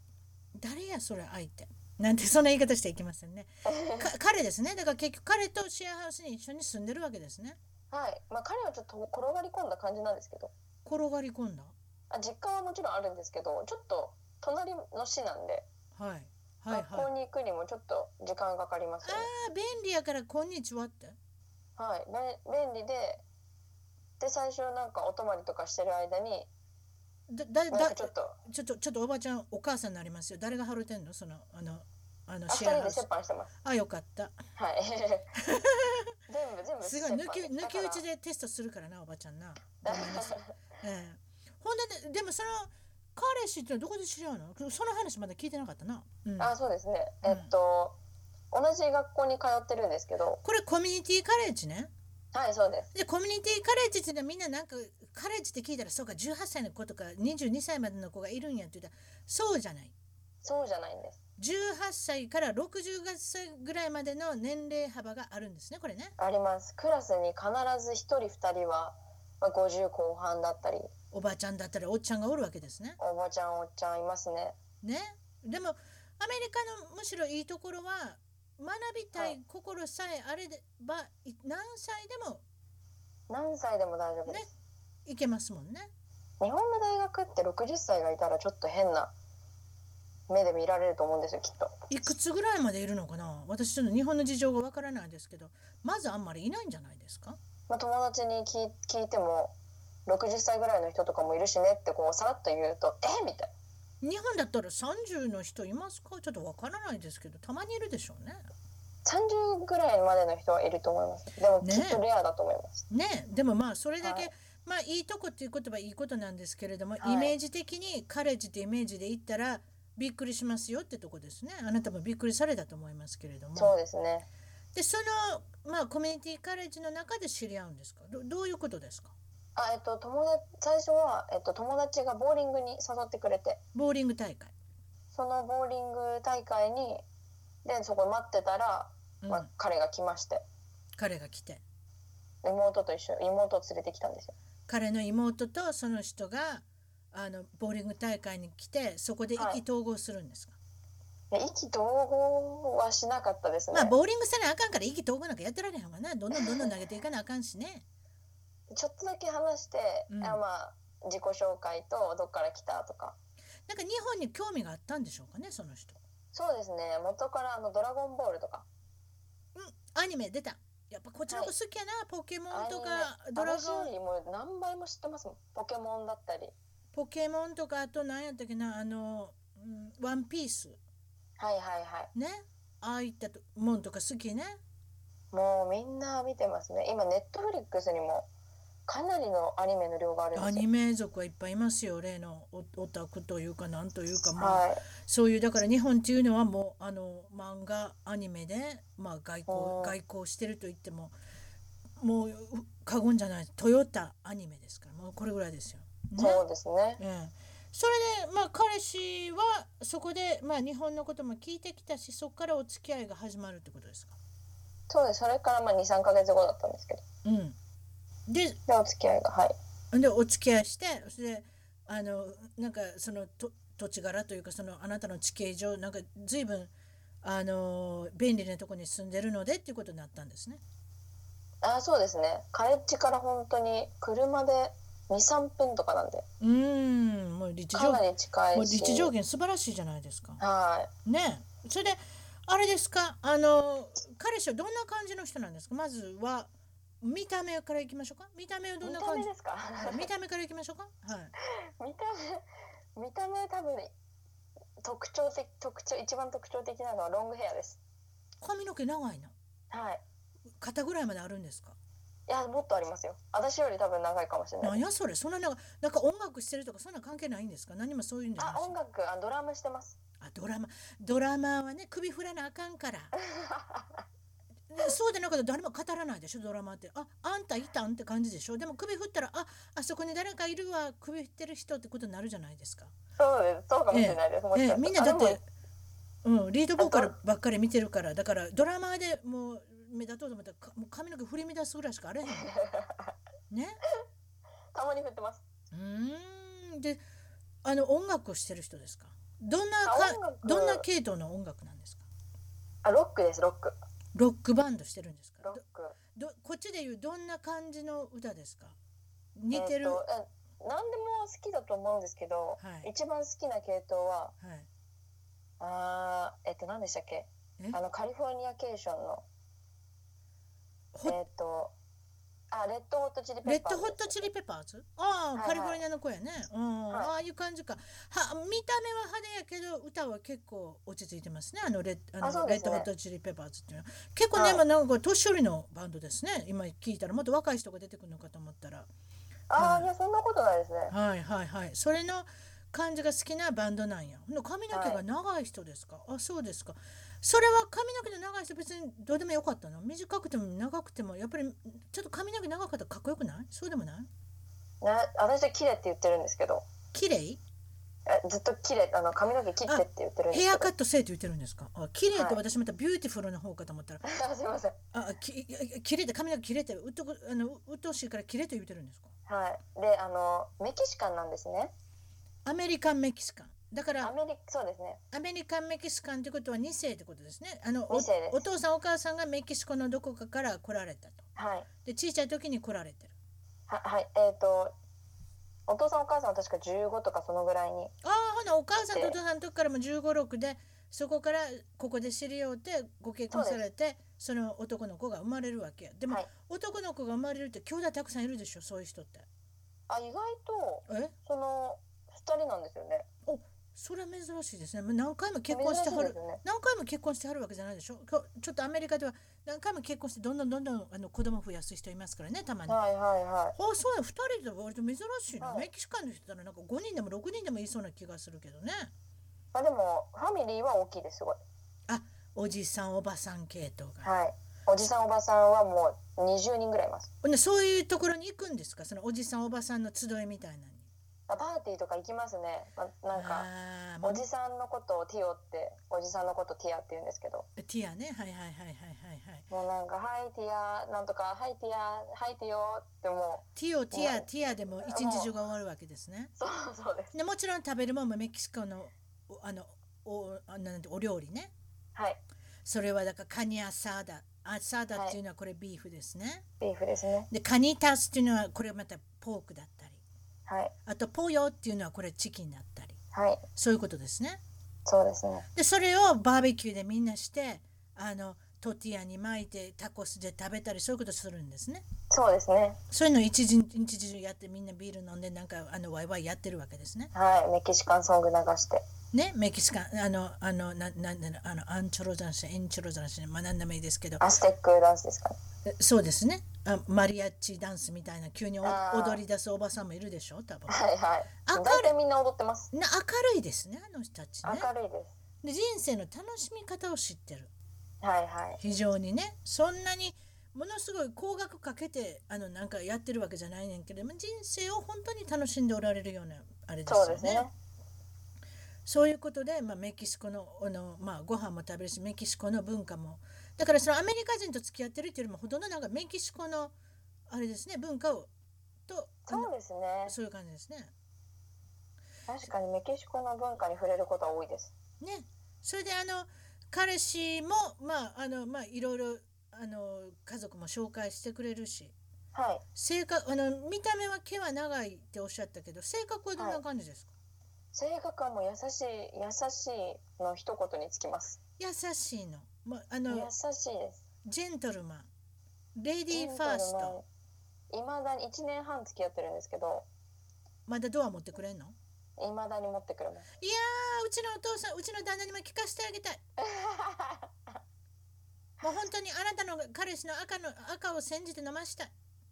S1: 誰やそれ相手なんてそんな言い方していきませんね
S2: (laughs)
S1: か彼ですねだから結局彼とシェアハウスに一緒に住んでるわけですね
S2: はいまあ彼はちょっと転がり込んだ感じなんですけど
S1: 転がり込んだ
S2: あ実家はもちろんあるんですけどちょっと隣の市なんで
S1: はいはいはい
S2: 学校に行くにもちょっと時間かかりますよね
S1: あー便利やからこんにちはって
S2: はい、べ便利でで最初なんかお泊まりとかしてる間に
S1: だだ
S2: なん
S1: だ
S2: かちょっと
S1: ちょっとちょっとおばちゃんお母さんになりますよ誰がハロてんのそのあのあの
S2: あ
S1: シ
S2: 二
S1: ェアハ
S2: 人で
S1: ウス
S2: 折半してます
S1: あよかった
S2: はい (laughs) 全部全部
S1: すごい
S2: 折
S1: 抜き
S2: 半
S1: 抜き打ち
S2: で
S1: でテストするからなおばちゃんな。ご
S2: だ
S1: め
S2: か
S1: んな
S2: (laughs)
S1: さいええほんでねでもその彼氏っていうのはどこで知り合うのその話まだ聞いてなかったな。うん、
S2: らあそうですねえっと、同じ学校に通ってるんですけど
S1: これコミュニティカレッジね
S2: はいそうです
S1: でコミュニティカレッジっていうのはみんななんかカレッジって聞いたらそうか18歳の子とか22歳までの子がいるんやって言ったらそうじゃない
S2: そうじゃないんです
S1: 18歳から60歳ぐらいまでの年齢幅があるんですねこれね
S2: ありますクラスに必ず1人2人は、まあ、50後半だったり
S1: おばあちゃんだったりおっちゃんがおるわけですね
S2: おばちゃんおっちゃんいますね
S1: ねでもアメリカのむしろいいところは学びたい心さえあればい何歳でも
S2: 何歳でも大丈夫です、
S1: いけますもんね
S2: 日本の大学って60歳がいたらちょっと変な目で見られると思うんですよきっと
S1: いくつぐらいまでいるのかな私ちょっと日本の事情がわからないですけどまずあんまりいないんじゃないですか
S2: まあ、友達に聞い聞いても60歳ぐらいの人とかもいるしねってこうさらっと言うと「えみたい
S1: 日本だったら30の人いますかちょっとわからないですけどたまにいるでしょうね
S2: な30ぐらいまでの人はいると思いますでも
S1: ね
S2: きっとレアだと思います、
S1: ねでもまあそれだけ、
S2: はい
S1: まあいいとこっていうことはいいことなんですけれども、
S2: はい
S1: イメージ的にカレッジってイメージで言ったらびっくりしますよってとこですねあなたもびっくりされたと思いますけれども
S2: そうですね
S1: でそのまあコミュニティカレッジの中で知り合うんですかどどういうことですか
S2: あえっと友達最初は、えっと、友達がボーリングに誘ってくれて
S1: ボーリング大会、
S2: そのボーリング大会にでそこ待ってたら、
S1: うん
S2: まあ、彼が来まして
S1: 彼が来て
S2: 妹と一緒妹を連れてきたんですよ
S1: 彼の妹とその人があのボーリング大会に来てそこで意
S2: は
S1: 気
S2: い
S1: 投合するんですか、
S2: で意気投合はしなかったですね、
S1: まあボーリングせなあかんから意気投合なんかやってられへんわなどんどんどんどん投げていかなあかんしね
S2: ちょっとだけ話して、
S1: うん
S2: あまあ自己紹介とどっから来たとか
S1: なんか日本に興味があったんでしょうかねその人
S2: そうですね元からあの「ドラゴンボール」とか
S1: うんアニメ出たやっぱこちらも好きやな、ポケモンとかドラ
S2: 私
S1: ゴ
S2: よ
S1: ン
S2: りも何倍も知ってますもんポケモンだったり
S1: ポケモンとかあと何やったっけなあの、うん、ワンピース
S2: はいはいはい
S1: ねああいったともんとか好きね
S2: もうみんな見てますね今ネットフリックスにもかなりのアニメの量があるん
S1: ア
S2: です
S1: ニ
S2: よ
S1: メ族はいっぱいいますよ例のオオタクというかなんというかまあ、
S2: はい
S1: そういうだから日本っていうのはもうあの漫画アニメで、まあ、外
S2: う
S1: 交
S2: ん
S1: 外交してると言ってももう過言じゃないトヨタアニメですからもうこれぐらいですよ。ね
S2: そうですね
S1: ええそれで、まあ、彼氏はそこで、まあ、日本のことも聞いてきたしそこからお付き合いが始まるってことですか、
S2: そうですそれからまあ23か月後だったんですけど
S1: うん、で
S2: でお付き合いがはい
S1: でお付き合いしてそれであのなんかそのと土地柄というかそのあなたの地形上なんか随分あの便利なとこに住んでるのでっていうことになったんですね。
S2: あそうですねカレッジから本当に車で23分とかなんで
S1: うーんもう立地
S2: か
S1: 条
S2: な
S1: 件
S2: り近いし
S1: もう立地条件素晴らしいじゃないですか。
S2: はい
S1: ねえそれであれですかあの彼氏はどんな感じの人なんですかまずは見た目からいきましょうか見た目はどん
S2: 見
S1: な
S2: た
S1: 感
S2: 目
S1: じ
S2: ですか
S1: 見た目からいきましょうかはい
S2: (laughs) 見た目見た目多分特徴的特徴一番特徴的なのはロングヘアです
S1: 髪の毛長いな
S2: はい
S1: 肩ぐらいまであるんですか
S2: いやもっとありますよ私より多分長いかもしれな
S1: なん
S2: い
S1: やそれそんななんかなんか音楽してるとかそんなん関係ないんですか何もそういうんじゃない
S2: あ
S1: です
S2: 音楽あドラムしてます
S1: あドラマドラマはね首振らなあかん
S2: (laughs)
S1: からでそうでなかったら誰も語らないでしょドラマってああんたいたんって感じでしょでも首振ったらああそこに誰かいるわ首振ってる人ってことになるじゃないですか、
S2: そうですそうかもしれないです、もし
S1: ええ
S2: かしたら
S1: みんなだっ
S2: あで
S1: て
S2: も
S1: うんリードボーカルばっかり見てるからだからドラマーでもう目立とうと思ったらかもう髪の毛振り乱すぐらいしかあ
S2: (laughs)
S1: れへんのね
S2: たまに振ってます
S1: うーんであの音楽をしてる人ですかどんなか
S2: あ音楽
S1: どんな系統の音楽なんですか
S2: あロックですロック
S1: ロックバンドしてるんですか
S2: ロッ
S1: ど
S2: ク
S1: どこっちでいうどんな感じの歌ですか似てる、
S2: えーとえ何でも好きだと思うんですけど、
S1: はい
S2: 一番好きな系統は
S1: はい
S2: あーえっ、と何でしたっけ
S1: え
S2: あのカリフォルニアケーションのえっ、
S1: ほ
S2: とあレッドホットチ
S1: レ
S2: リペッ
S1: ッ
S2: パー
S1: ドホットチリペッパーズああ、
S2: はいはい
S1: カリフォルニアの子やね、うん
S2: はい
S1: ああいう感じかは見た目は派手やけど歌は結構落ち着いてますねあのレッあ
S2: あそ
S1: の
S2: うで
S1: レッ
S2: すね
S1: ドホットチリペッパーズっていうのは結構ね、
S2: はい
S1: まあなんか年寄りのバンドですね今聞いたらもっと若い人が出てくるのかと思ったら
S2: あ
S1: うん
S2: あ、いや、そんなことないですね。
S1: はいはいはい。それの感じが好きなバンドなんやほんで髪の毛
S2: は
S1: が
S2: い
S1: 長い人ですか、あそうですかそれは髪の毛の長い人別にどうでもよかったの短くても長くてもやっぱりちょっと髪の毛長かったらかっこよくないそうでもない
S2: ね、私は綺麗って言ってるんですけど、
S1: 綺麗
S2: えずっと綺麗、あの髪の毛切ってって言ってるんですけ
S1: ヘ
S2: ど。
S1: アカットせえって言ってるんですかあ綺麗っ
S2: は
S1: て
S2: い
S1: 私またビューティフルな方かと思ったら、
S2: (laughs) すいません。
S1: あきいやいや綺麗って髪の毛綺麗ってうっとくあのうっとうしいから綺麗と言ってるんですか
S2: はい。で、あのメキシカンなんですね。
S1: アメリカンメキシカンだか
S2: ア
S1: ら
S2: メリカ、そうですね。
S1: アメリカンメキシカンということは2世ってことですねあのお
S2: 二世です
S1: お父さんお母さんがメキシコのどこかから来られたと
S2: はい。
S1: で小さい時に来られてる
S2: は、はい。えっ、と、お父さんお母さんは確か15とかそのぐらいに。
S1: ああほなお母さんとお父さんの時からも1 5 6でそこからここで知り合うてご結婚されてその男の子が生まれるわけやでも、
S2: はい
S1: 男の子が生まれるって兄弟たくさんいるでしょそういう人って
S2: あ、意外と、
S1: え
S2: その、二人なんですよね。
S1: それは珍しいですねもう何回も結婚しては
S2: 珍
S1: る
S2: しいですね
S1: 何回も結婚してはるわけじゃないでしょきょちょっとアメリカでは何回も結婚してどんどんどんどんあの子供増やす人いますからねたまに。
S2: はいはいはい。
S1: あそうや2人で割と珍しいな、
S2: はい
S1: メキシカンの人ならなんか5人でも6人でもいそうな気がするけどね
S2: まあでも、ファミリーは大きいです、すごい。
S1: おじさんおばさん系統が、
S2: はい。おじさんおばさんはもう20人ぐらいいます。
S1: ほんでそういうところに行くんですかそのおじさんおばさんの集いみたいなのに
S2: あパーティーとか行きますね。まなんか、
S1: あーも
S2: お
S1: う
S2: じさんのことをティオって、おじさんのことティアって言うんですけど、
S1: ティアねはいはいはいはいはいはい
S2: もうなんか、はい、ティア、なんとか、はい、ティア、はい、ティオっても
S1: ティオティ
S2: は
S1: ア
S2: い
S1: ティアでも一日中が終わるわけですね
S2: う、そうそうです。
S1: でもちろん食べるもんもメキシコのおあのおあなんてお料理ね
S2: はい、
S1: それはだからカニアサーダアサーダっていうのはこれビーフですね、
S2: ビーフですね。
S1: でカニタスっていうのはこれまたポークだったり
S2: はい、
S1: あとポヨっていうのはこれチキンだったり
S2: はい、
S1: そういうことですね
S2: そうですね。
S1: でそれをバーベキューでみんなしてあのトティーヤに巻いてタコスで食べたりそういうことするんですね
S2: そうですね。
S1: そういうのを一日一日中やってみんなビール飲んでなんかあのワイワイやってるわけですね
S2: はい、メキシカンソング流して。
S1: ねメキシカンあのあのななんだろうあのアンチョロザンシエンチョロザンシまあ何でもいいですけど
S2: アステックダンスですかね。
S1: えそうですねあマリアッチダンスみたいな急にお
S2: あー
S1: 踊り出すおばさんもいるでしょ多分
S2: はい、はい
S1: 明る。い
S2: 大体みんな踊ってます。
S1: な明るいですねあの人たちね
S2: 明るいです。
S1: で人生の楽しみ方を知ってる
S2: はい、はい。
S1: 非常にねそんなにものすごい高額かけてあのなんかやってるわけじゃないねんけれども人生を本当に楽しんでおられるようなあれです
S2: そ
S1: よ
S2: うで
S1: ね
S2: すね。
S1: そういうことで、まあ、メキシコのあの、まあ、ご飯も食べるしメキシコの文化もだからそのアメリカ人と付き合ってるっていうよりもほとんどなんかメキシコのあれですね文化をとあの
S2: そうですね。
S1: そういう感じですね。
S2: 確かにメキシコの文化に触れることは多いです。
S1: ねそれであの彼氏もまああのまあいろいろあの家族も紹介してくれるし
S2: はい。
S1: 性格あの見た目は毛は長いっておっしゃったけど性格はどんな感じですか、
S2: 性格はもう優しい優しいの一言につきます。
S1: 優しいの、まあ、あ
S2: 優
S1: の
S2: しいです。
S1: ジェントルマンレディーファースト
S2: いまだに一年半付き合ってるんですけど、
S1: まだドア持ってくれんの
S2: いまだに持ってくれます。
S1: いやーうちのお父さんうちの旦那にも聞かせてあげたいもう本当にあなたの彼氏の赤の赤を煎じて飲ましたい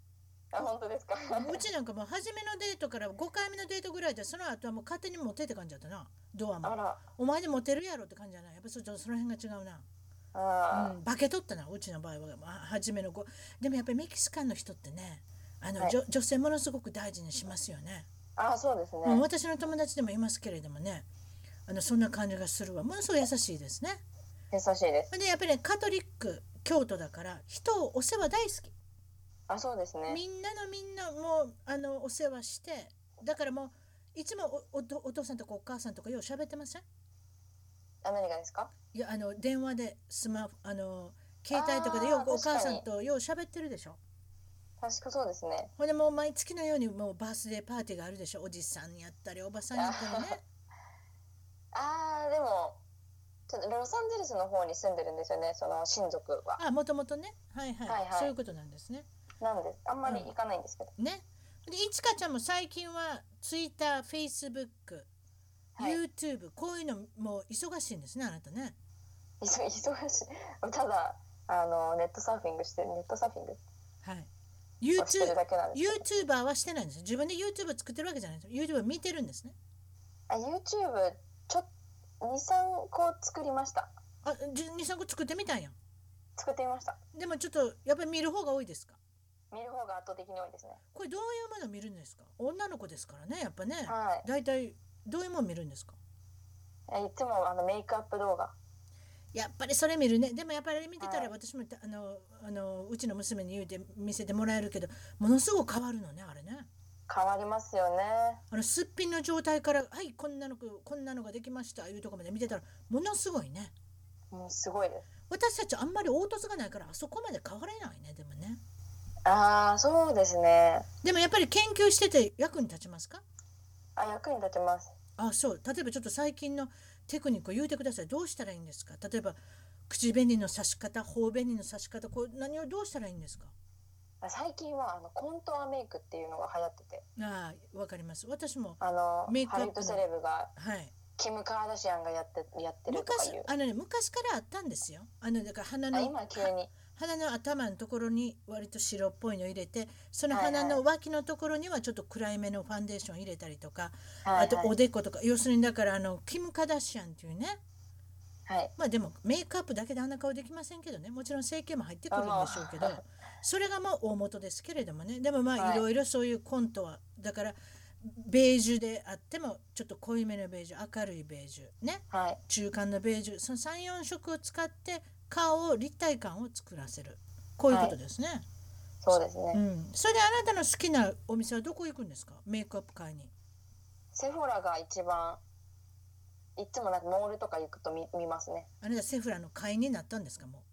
S2: (laughs) あ本当ですか。
S1: うちなんかもう初めのデートから5回目のデートぐらいでその後はもう勝手に持ってって感じだったなドア
S2: あ
S1: も
S2: ら、
S1: お前で持てるやろって感じじゃないやっぱそちょっとその辺が違うな
S2: あ
S1: うん、化け取ったなうちの場合はまあ初めの子でもやっぱりメキシカンの人ってねあの、
S2: はい
S1: 女女性ものすごく大事にしますよね、
S2: ー、あーそうです
S1: うん
S2: ね。
S1: 私の友達でもいますけれどもねあのそんな感じがするわものすごい優しいですね
S2: 優しいです。
S1: でやっぱりねカトリック京都だから人をお世話大好き
S2: あそうですね。
S1: みんなのみんなもうあのお世話してだからもういつもおおお父さんとかお母さんとかよう喋ってません
S2: あ何がですか。
S1: いやあの電話でスマホあの携帯とかでよ
S2: あ
S1: く
S2: ー
S1: お母さん
S2: 確か
S1: とよう喋ってるでしょ
S2: 確かそうですね。
S1: ほんでもう毎月のようにもうバースデーパーティーがあるでしょおじさんやったりおばさんやったりね
S2: ああでもちょっとロサンゼルスの方に住んでるんですよね。その親族は。
S1: あもともとねはいはい、
S2: はいはい
S1: そういうことなんですね
S2: なんです。あんまり行かないんですけど。
S1: ねでいちかちゃんも最近はツイッターフェイスブック
S2: はい (laughs)
S1: YouTube こういうのも忙しいんですねあなたね
S2: 忙忙しい。ただあのネットサーフィングしてネットサーフィング
S1: はい
S2: をしてる
S1: YouTube
S2: だけなんですけど。
S1: YouTuber はしてないんです自分で YouTube を作ってるわけじゃないんです YouTube を見てるんですね
S2: ああ YouTube ちょ23個作りました
S1: あじ23個作ってみたんや
S2: 作ってみました
S1: でもちょっとやっぱり見る方が多いですか
S2: 見る方が圧倒的に多いですね
S1: これどういうもの見るんですか女の子ですからねやっぱね
S2: はい
S1: 大体どういうもの見るんですか
S2: えいつもあのメイクアップ動画
S1: やっぱりそれ見るねでもやっぱり見てた
S2: は
S1: ら
S2: い
S1: 私もたあのあのうちの娘に言うて見せてもらえるけどものすごく変わるのねあれね
S2: 変わりますよね
S1: あのすっぴんの状態から「はいこんなのくこんなのができました」いうとこまで見てたらものすごいね
S2: もうすごいです
S1: 私たちあんまり凹凸がないからあそこまで変われないねでもね
S2: ああそうですね
S1: でもやっぱり研究してて役に立ちますか
S2: あ役に立ちます
S1: あそう例えばちょっと最近のテクニックを言うてくださいどうしたらいいんですか例えば口紅の刺し方頬紅の刺し方こう何をどうしたらいいんですか
S2: あ最近はあのコントアメイクっていうのが流行ってて
S1: ああわかります私も
S2: あの
S1: メイクアッ
S2: ハ
S1: プ
S2: リウッドセレブが
S1: はい
S2: キム・カーダシアンがやってやってるとか
S1: 昔
S2: いう
S1: あのね昔からあったんですよあのだから鼻
S2: あ
S1: の
S2: 今急に
S1: 鼻の頭のところに割と白っぽいの入れてその
S2: はいはい
S1: 鼻の脇のところにはちょっと暗いめのファンデーション入れたりとか、
S2: はい
S1: あとお
S2: はい
S1: でことか要するにだからあのキム・カダシアンっていうね
S2: はい
S1: まあでもメイクアップだけであんな顔できませんけどねもちろん整形も入ってくるんでしょうけど
S2: あまあ
S1: それがまあ大元ですけれどもねでもまあ
S2: はい
S1: いろいろそういうコントはだからベージュであってもちょっと濃いめのベージュ明るいベージュね
S2: はい
S1: 中間のベージュその34色を使って顔を立体感を作らせるこういうことですね、
S2: そうですね、
S1: うん、それであなたの好きなお店はどこ行くんですかメイクアップ会に
S2: セフォラが一番いつもなんかモールとか行くと見見ますね
S1: あなたセフラの会員になったんですかも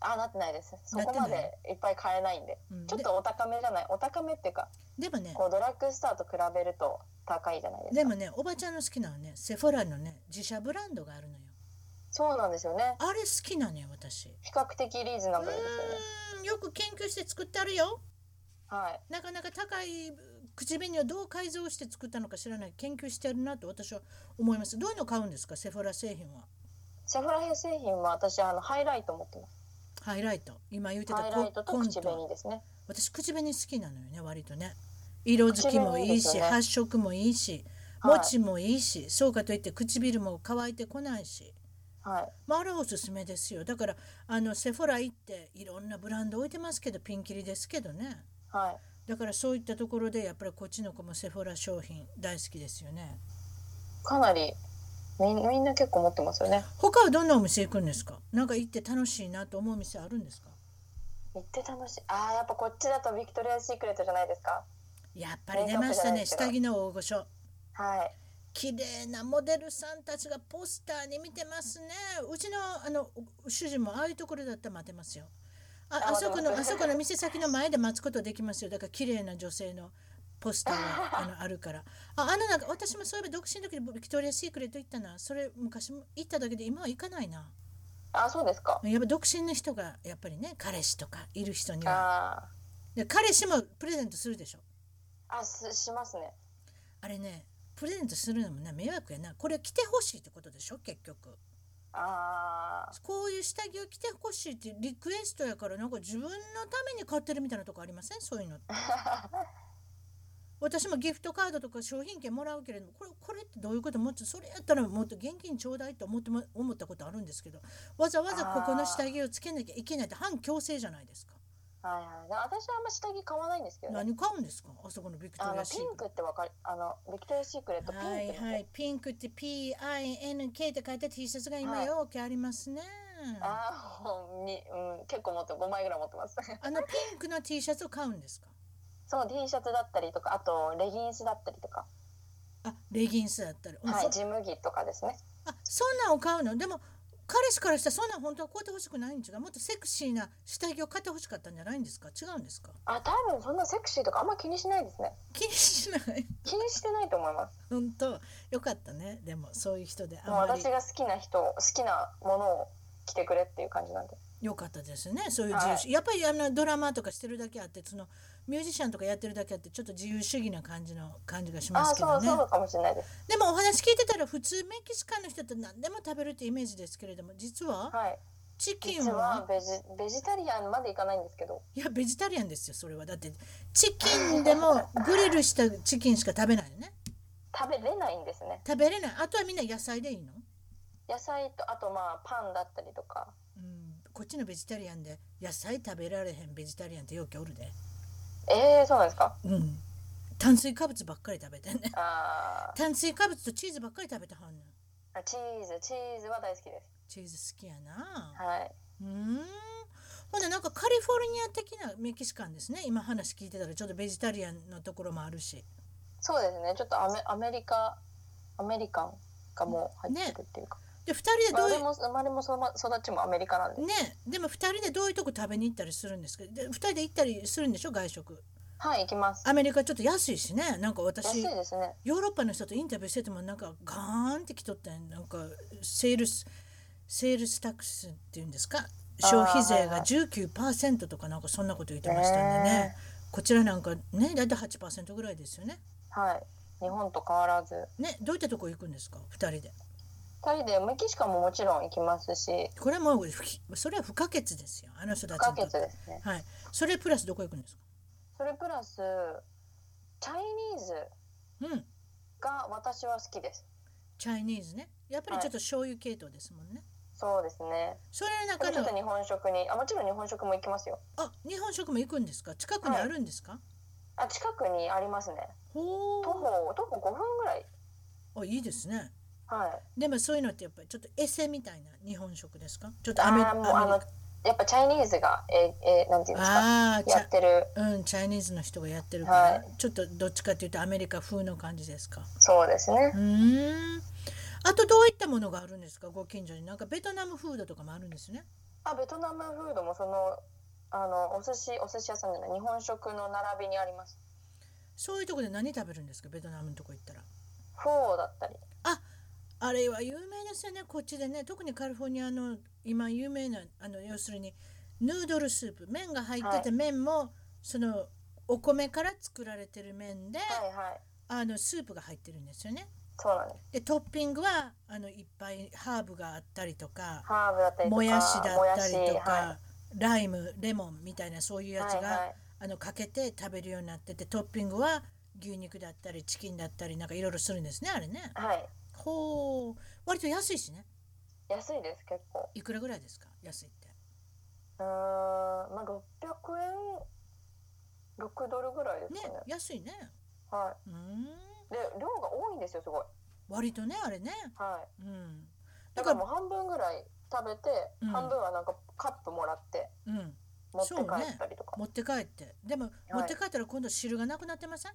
S2: あなってないですそ
S1: なっ
S2: こ
S1: てな
S2: ま
S1: い
S2: でいっぱい買えないんで
S1: う、うん、
S2: ちょっ
S1: で
S2: とお高めじゃないお高めっていうか
S1: でもね
S2: こうドラッグストアと比べると高いじゃないですか
S1: でもねおばちゃんの好きなのはねセフラのね自社ブランドがあるのよ
S2: そうなんですよね
S1: あれ好きなのよ私
S2: 比較的リーズナ
S1: う
S2: ブルですよね
S1: ーんよく研究して作ってあるよ
S2: はい
S1: なかなか高い口紅をどう改造して作ったのか知らない研究してるなと私は思いますどういうのを買うんですかセフラ製品は
S2: セフラ製品は私あのハイライト持ってます
S1: ハイライト今言ってた
S2: ハイライトと
S1: コン
S2: 口
S1: ト
S2: 紅ですね
S1: 私口紅好きなのよね割とね色づきもいい
S2: 口紅いいで
S1: し
S2: すよね
S1: 発色もいいし
S2: はい
S1: 持ちもいいし、そうかといって唇も乾いてこないし、
S2: はい
S1: まあ、あれはおすすめですよだからあのセフォラ行っていろんなブランド置いてますけどピンキリですけどね
S2: はい
S1: だからそういったところでやっぱりこっちの子もセフォラ商品大好きですよね
S2: かなりみんみんな結構持ってますよね
S1: 他はどんなお店行くんですかなんか行って楽しいなと思うお店あるんですか
S2: 行って楽しいあーやっぱこっちだとビクトリア・シークレットじゃないですか
S1: やっぱり出ましたね下着の大御所
S2: はい
S1: 綺麗なモデルさんたちがポスターに見てますね。うちのあの主人もああいうところだったら待てますよ。あ
S2: あ
S1: あそこの
S2: 待て
S1: あ
S2: ます
S1: そこの店先の前で待つことできますよ。だから綺麗な女性のポスターがあのあるから。ああのなんか私もそういえば独身の時にビクトリア・シークレット行ったな。それ昔も行っただけで今は行かないな。
S2: あそうですか
S1: やっぱ独身の人がやっぱりね彼氏とかいる人には。
S2: あ
S1: で彼氏もプレゼントするでしょ。
S2: ーあすしますね
S1: あれねプレゼントするのもね迷惑やな。これ着てほしいってことでしょ結局。
S2: あー
S1: こういう下着を着てほしいってリクエストやからなんか自分のために買ってるみたいなとこありませんそういうのって私もギフトカードとか商品券もらうけれどもこれこれってどういうこともっとそれやったらもっと現金ちょうだいと思っても思ったことあるんですけどわざわざここの下着をつけなきゃいけないって反強制じゃないですか
S2: (laughs) はいはいで私はあんま下着買わないんですけどね
S1: 何買うんですかあそこのビクト
S2: あ
S1: リ
S2: の
S1: アシ
S2: ピ
S1: ー
S2: ンクってわかるあのビクトリア・シークレット
S1: ク
S2: ピン
S1: は
S2: ク
S1: い
S2: って、
S1: はいピンクって PINK って書いた T シャツが今
S2: はい
S1: よくありますね、
S2: ああほんに、うん、結構持って5枚ぐらい持ってます (laughs)
S1: あのピンクの T シャツを買うんですか
S2: その T シャツだったりとかあとレギンスだったりとか、
S1: あレギンスだったり、
S2: は
S1: そ
S2: い、ジム着とかですね
S1: あそんなんを買うのでも彼氏からしたらそんなん本当はこうやって欲しくないん違うもっとセクシーな下着を買って欲しかったんじゃないんですか違うんですか
S2: あ多分そんなセクシーとかあんま気にしないですね
S1: 気にしない (laughs)
S2: 気にしてないと思います
S1: 本当よかったねでもそういう人で
S2: もう
S1: あんま
S2: 私
S1: り
S2: が好きな人好きなものを着てくれっていう感じなんで
S1: よかったですねそういう自由主義、やっぱりあのドラマとかしてるだけあってそのミュージシャンとかやってるだけあってちょっと自由主義な感じの感じがし
S2: あ
S1: ま
S2: あ
S1: すけど
S2: そう
S1: ね
S2: そうかもしれないです
S1: でもお話聞いてたら普通メキシカンの人って何でも食べるってイメージですけれども実は
S2: はい
S1: チキン
S2: 実は
S1: は
S2: ベジベジタリアンまでいかないんですけど
S1: いやベジタリアンですよそれはだってチキンでもグリルしたチキンしか食べないよね
S2: 食べれないんですね
S1: 食べれないあとはみんな野菜でいいの、
S2: 野菜とあとまあパンだったりとか
S1: うん、こっちのベジタリアンで野菜食べられへんベジタリアンってよくおるで、
S2: えー、そうなんですか
S1: うん、炭水化物ばっかり食べてんね
S2: あー
S1: 炭水化物とチーズばっかり食べてはんねん
S2: あチーズチーズは大好きです
S1: チーズ好きやな、
S2: はいう
S1: ーんほんでなんかカリフォルニア的なメキシカンですね今話聞いてたらちょっとベジタリアンのところもあるし
S2: そうですねちょっとアメアメリカアメリカンがもう入ってるっていうか、
S1: で2人で
S2: まあ
S1: どうい
S2: 生
S1: う
S2: まれも生まれもそま育ちもアメリカなんで
S1: ねでも2人でどういうとこ食べに行ったりするんですけどで2人で行ったりするんでしょ外食
S2: はい行きます
S1: アメリカちょっと安いしねなんか
S2: 安
S1: 私
S2: いですね
S1: ヨーロッパの人とインタビューしててもなんかガーンってきとったんなんかセールスセールスタックスっていうんですか消費税が19%とかなんかそんなこと言ってましたんでね
S2: ね
S1: こちらなんかねだいたい8%ぐらいですよね
S2: はい日本と変わらず
S1: ねどういったとこ行くんですか2人で
S2: 2人でメキシカンももちろん行きますし
S1: これはもう不きそれは不可欠ですよあの人た
S2: 不
S1: ち
S2: 可
S1: にと
S2: 欠
S1: って
S2: ですね
S1: はいそれプラスどこ行くんですか
S2: それプラスチャイニーズ
S1: うん
S2: が私は好きです
S1: チャイニーズねやっぱり
S2: はい
S1: ちょっと醤油系統ですもんね、
S2: そうですね
S1: それの
S2: こ
S1: 中
S2: れちょっと
S1: の
S2: 日本食にあもちろん日本食も行きますよ
S1: あ日本食も行くんですか近くにあるんですか、
S2: あ近くにありますね
S1: ほ
S2: 徒歩徒歩5分ぐらいう
S1: あいいですね
S2: はい
S1: でもそういうのってやっぱりちょっとエセみたいな日本食ですかちょっと
S2: あ
S1: アメ
S2: ーもうあ
S1: アメ
S2: のやっぱチャイニーズがええなんていうんですか
S1: あーち
S2: や
S1: ゃ
S2: ってる
S1: うんチャイニーズの人がやってるから、
S2: は
S1: ちょっとどっちかというとアメリカ風の感じですか
S2: そうですね
S1: うーんあとどういったものがあるんですかご近所になんかベトナムフードとかもあるんですね
S2: あベトナムフードもそのあのお寿司お寿司屋さんじゃない日本食の並びにあります
S1: そういうとこで何食べるんですかベトナムのとこ行ったら
S2: フォーだったり
S1: あれは有名ですよねこっちでね特にカリフォルニアの今有名なあの要するにヌードルスープ麺が入ってて、
S2: は
S1: 麺もそのお米から作られてる麺で、
S2: はいはい
S1: あのスープが入ってるんですよね
S2: そうなんです
S1: でトッピングはあのいっぱいハーブがあったりとか
S2: ハーブだったりとか
S1: もやしだった
S2: も
S1: りと
S2: やし
S1: か、
S2: は
S1: ライムレモンみたいなそういう
S2: い
S1: やつが、
S2: はいはい
S1: あのかけて食べるようになっててトッピングは牛肉だったりチキンだったりなんかいろいろするんですねあれね
S2: はい
S1: ほう割と安いしね
S2: 安いです結構
S1: いくらぐらいですか安いって
S2: うーんまあ600円6ドルぐらいで
S1: ね
S2: すかね
S1: 安いね
S2: は
S1: うーん
S2: いで量が多いんですよすごい
S1: 割とねあれね
S2: はい
S1: うんだ
S2: だ
S1: か
S2: か
S1: ら
S2: らもう半分ぐらい食べて、
S1: うん
S2: 半分はなんかカップもらって
S1: うん
S2: 持って
S1: そうね
S2: 帰ったりとか、
S1: 持って帰ってでも、持って帰ったら今度汁がなくなってません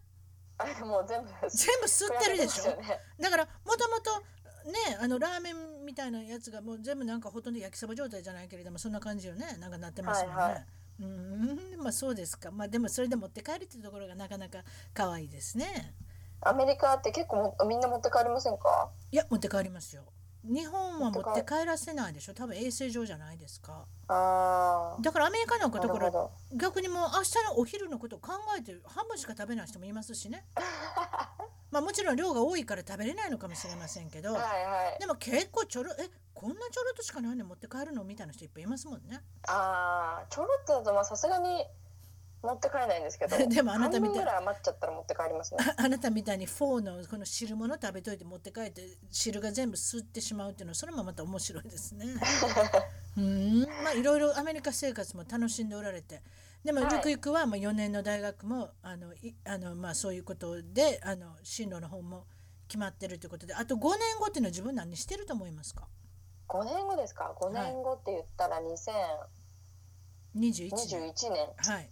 S2: あれ (laughs) もう全部吸
S1: 全部吸ってるでしょ
S2: ね、
S1: だからもともとねあのラーメンみたいなやつがもう全部なんかほとんど焼きそば状態じゃないけれどもそんな感じよねなんかなってますもんね。
S2: はいはいう
S1: ーんまあそうですかまあでもそれで持って帰るっていうところがなかなか可愛いですね
S2: アメリカって結構もみんな持って帰りませんか
S1: いや持って帰りますよ日本は持
S2: 持
S1: っ
S2: ってて
S1: 帰らせないでしょ多分衛生上じゃないですか
S2: ああ
S1: だからアメリカなんか
S2: なる
S1: とこ
S2: ほ
S1: ろ
S2: ど
S1: 逆にもう明日のお昼のことを考えて半分しか食べない人もいます
S2: (laughs)
S1: しねまあもちろん量が多いから食べれないのかもしれませんけど、
S2: はいはい
S1: でも結構ちょろえこんなちょろっとしかないの持って帰るのみたいな人いっぱいいますもんね。
S2: ああちょろっとだとまあさすがに持って帰ら (laughs) ないんですけど
S1: でもあなたみ
S2: 半分
S1: たい
S2: ぐらい余っちゃったら持って帰り (laughs) ますね
S1: あなたみたいにフォーのこの汁物食べといて持って帰って汁が全部吸ってしまうっていうのはそれもまた面白いですね。うーんまあいろいろアメリカ生活も楽しんでおられてでも
S2: はい
S1: ゆくゆくはまあ4年の大学もあのいあのまあそういうことであの進路の方も決まってるということであと5年後っていうのは自分何してると思いますか
S2: 5年後ですか5年後って言ったら
S1: 21年
S2: 2021年
S1: はい。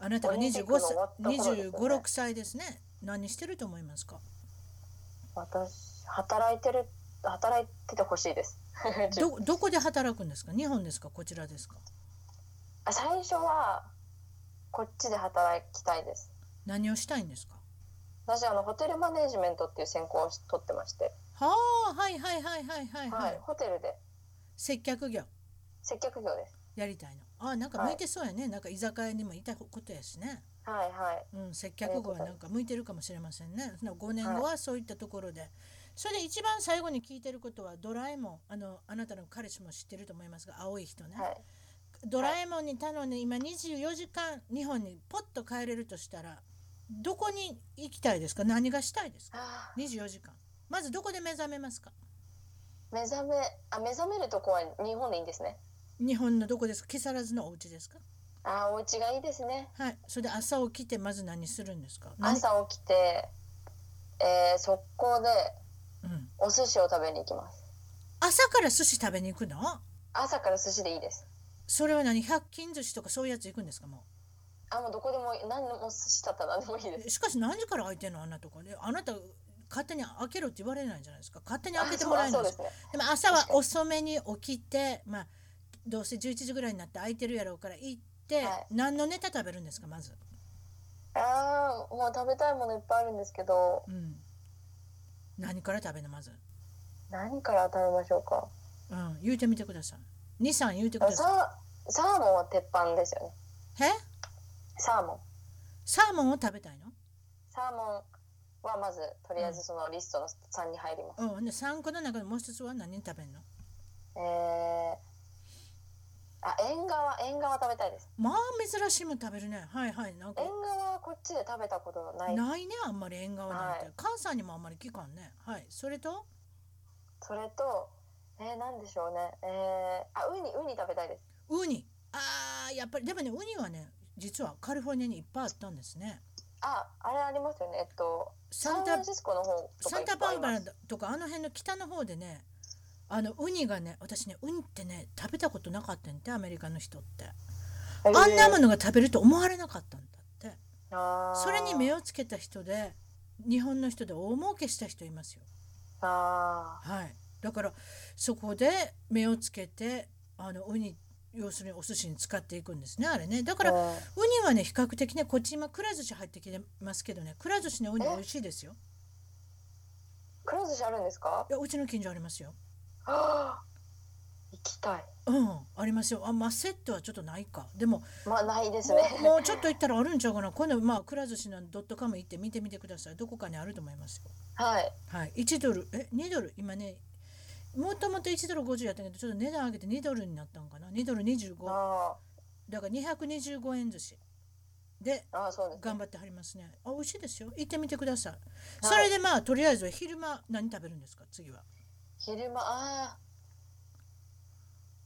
S1: あなたが
S2: オリンピ
S1: 25
S2: ックの
S1: 歳
S2: 終わった、頃
S1: 二
S2: ですよね
S1: 十五六歳ですね。何してると思いますか。
S2: 私働いてる働いててほしいです (laughs) 自分
S1: どどこで働くんですか。日本ですか。こちらですか。
S2: あ最初はこっちで働きたいです
S1: 何をしたいんですか。
S2: 私あのホテルマネージメントっていう専攻を取ってまして、
S1: はあ、はいはいはいはいはいは。
S2: はいい、ホテルで
S1: 接客業
S2: 接客業です
S1: やりたいの。あ、なんか向いてそうやね。なんか居酒屋にもいたことやしね。
S2: はいはい
S1: うん、接客業はなんか向いてるかもしれませんね。その五年後はそういったところで。それで一番最後に聞いてることはドラえもんあのあなたの彼氏も知ってると思いますが青い人ね、
S2: はい
S1: ドラえもんに頼んで今24時間日本にポッと帰れるとしたらどこに行きたいですか何がしたいですか
S2: ああ
S1: ?24 時間。まずどこで目覚めますか
S2: 目覚めあ目覚めるとこは日本でいいんですね
S1: 日本のどこですか木更津のお家ですか
S2: ああお家がいいですね
S1: はい。それで朝起きてまず何するんですか何
S2: 朝起きて、えー、速攻で
S1: うん、
S2: お寿司を食べに行きます
S1: 朝から寿司食べに行くの
S2: 朝から寿司でいいです
S1: それは何百均寿司とかそういうやつ行くんですかも
S2: あもうどこでも何でも寿司だったら何でもいいです
S1: うしかし何時から開いてんのあんなとこであなた勝手に開けろって言われないじゃないですか勝手に開けてもらえない
S2: あ
S1: で
S2: そう
S1: す
S2: そうですね
S1: でも朝は遅めに起きてまあどうせ11時ぐらいになって空いてるやろうから行って、
S2: はい
S1: 何のネタ食べるんですかまず、
S2: ああもう食べたいものいっぱいあるんですけど
S1: うん、何から食べるのまず、
S2: 何から食べましょうか
S1: うん、言うてみてください23言うてく
S2: あ
S1: ださ
S2: サーサーモンは鉄板ですよね
S1: いえ
S2: サーモン
S1: サーモンを食べたいの
S2: サーモンはまずとりあえずそのリストの3に入ります、
S1: うん、で3個の中でもう一つは何食べんの
S2: えー、あ縁側縁側食べたいです
S1: まあ珍しいもん食べるねはいはいなんか
S2: 縁側はこっちで食べたことない
S1: ないねあんまり縁側なんて、
S2: はい
S1: 関西にもあんまり聞かんねはいそれと
S2: それとえー、何でしょうねえー、あウニウニ食べたいです
S1: ウニあーやっぱりでもねウニはね実はカリフォルニアにいっぱいあったんですね
S2: ああれありますよねえっとサ
S1: サ
S2: ン
S1: ン
S2: フラ
S1: タ
S2: ンシスコの方と
S1: サン
S2: かいっぱ
S1: タ
S2: いあ
S1: バ
S2: り
S1: ーバラ
S2: ます
S1: とかあの辺の北の方でねあのウニがね私ねウニってね食べたことなかったんってアメリカの人って
S2: え
S1: あんな
S2: ー
S1: ものが食べると思われなかったんだって
S2: あー
S1: それに目をつけた人で日本の人で大儲けした人いますよ
S2: あ
S1: はい、だからそこで目をつけてあのウニ要するにお寿司に使っていくんですねあれねだ
S2: ー
S1: からウニ
S2: うん
S1: はね比較的ねこっち今くら寿司入ってきてますけどねくら寿司のウニ美味しいですよ
S2: くら寿司あるんですか
S1: いやうちの近所ありますよ
S2: あー行きたい
S1: うんありますよあまあセットはちょっとないかでも
S2: まあないです
S1: も
S2: ね
S1: うもうちょっと行ったらあるんちゃうかな今度まあくら寿司のドットカム行って見てみてくださいどこかにあると思いますよ
S2: はい
S1: はい1ドルえ2ドル今ねもともと1ドル50やったけどちょっと値段上げて2ドルになったんかな2ドル25
S2: あ
S1: だから225円寿司で
S2: ーあーそうです
S1: 頑張ってはりますね。あ美味しいですよ。行ってみてください。それでまあとりあえず昼間何食べるんですか次は。
S2: 昼間あー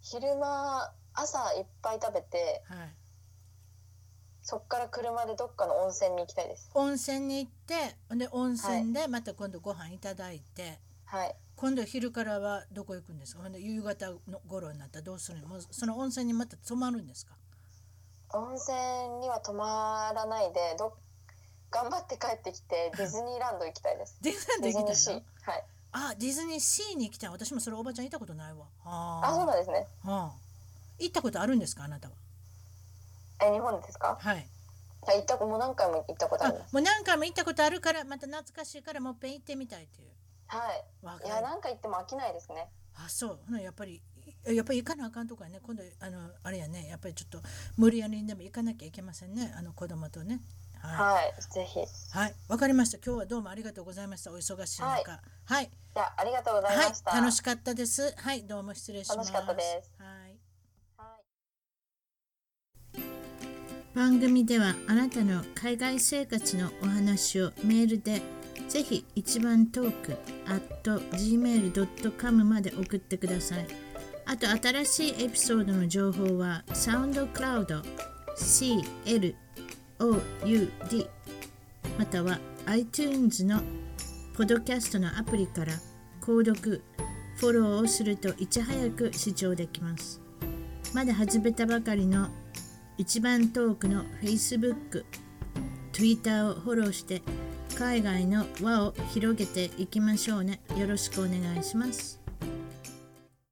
S2: 昼間朝いっぱい食べて
S1: はい。
S2: そっから車でどっかの温泉に行きたいです
S1: 温泉に行ってほんで温泉でまた今度ご飯いただいて、
S2: はい
S1: 今度昼からはどこ行くんですかほんで夕方の頃になったらどうするのもうその温泉にまた泊まるんですか
S2: 温泉には泊まらないでどっ頑張って帰ってき
S1: (laughs)
S2: てディズニーランド行きたいです
S1: ディズニ
S2: ディ
S1: ーラン
S2: ズニ
S1: ド
S2: ー
S1: 行き
S2: シ
S1: た
S2: ー
S1: い
S2: は
S1: の
S2: い
S1: あディズニーシーに行きたい私もそれおばちゃんいたことないわ。あー
S2: あそうなんですね
S1: あー行ったことあるんですかあなたは。
S2: え日本ですか
S1: はい。
S2: あ行ったもう何回も行ったことあ
S1: あ
S2: ります
S1: もう何回も行ったことあるからまた懐かしいからもう一遍行ってみたいっていう
S2: はい
S1: わ
S2: いや
S1: かる
S2: 何回行っても飽きないですね
S1: あそうほなやっぱりいやっぱり行かなあかんとかね今度あのあれやねやっぱりちょっと無理やりにでも行かなきゃいけませんねあの子供とねは
S2: はいぜひい
S1: いはいわかりました今日はどうもありがとうございましたお忙しい中
S2: は
S1: はいい、はい
S2: やありがとうございました、
S1: 楽しかったですはいどうも失礼します
S2: 楽しかったです
S1: はい
S2: はい
S1: 番組ではあなたの海外生活のお話をメールでぜひ一番トーク at gmail.com まで送ってくださいあと新しいエピソードの情報はサウンドクラウド CLOUD または iTunes のポッドキャストのアプリから購読フォローをするといち早く視聴できますまだ始めたばかりの一番トークの Facebook、Twitter をフォローして海外の輪を広げていきましょうね。よろしくお願いします。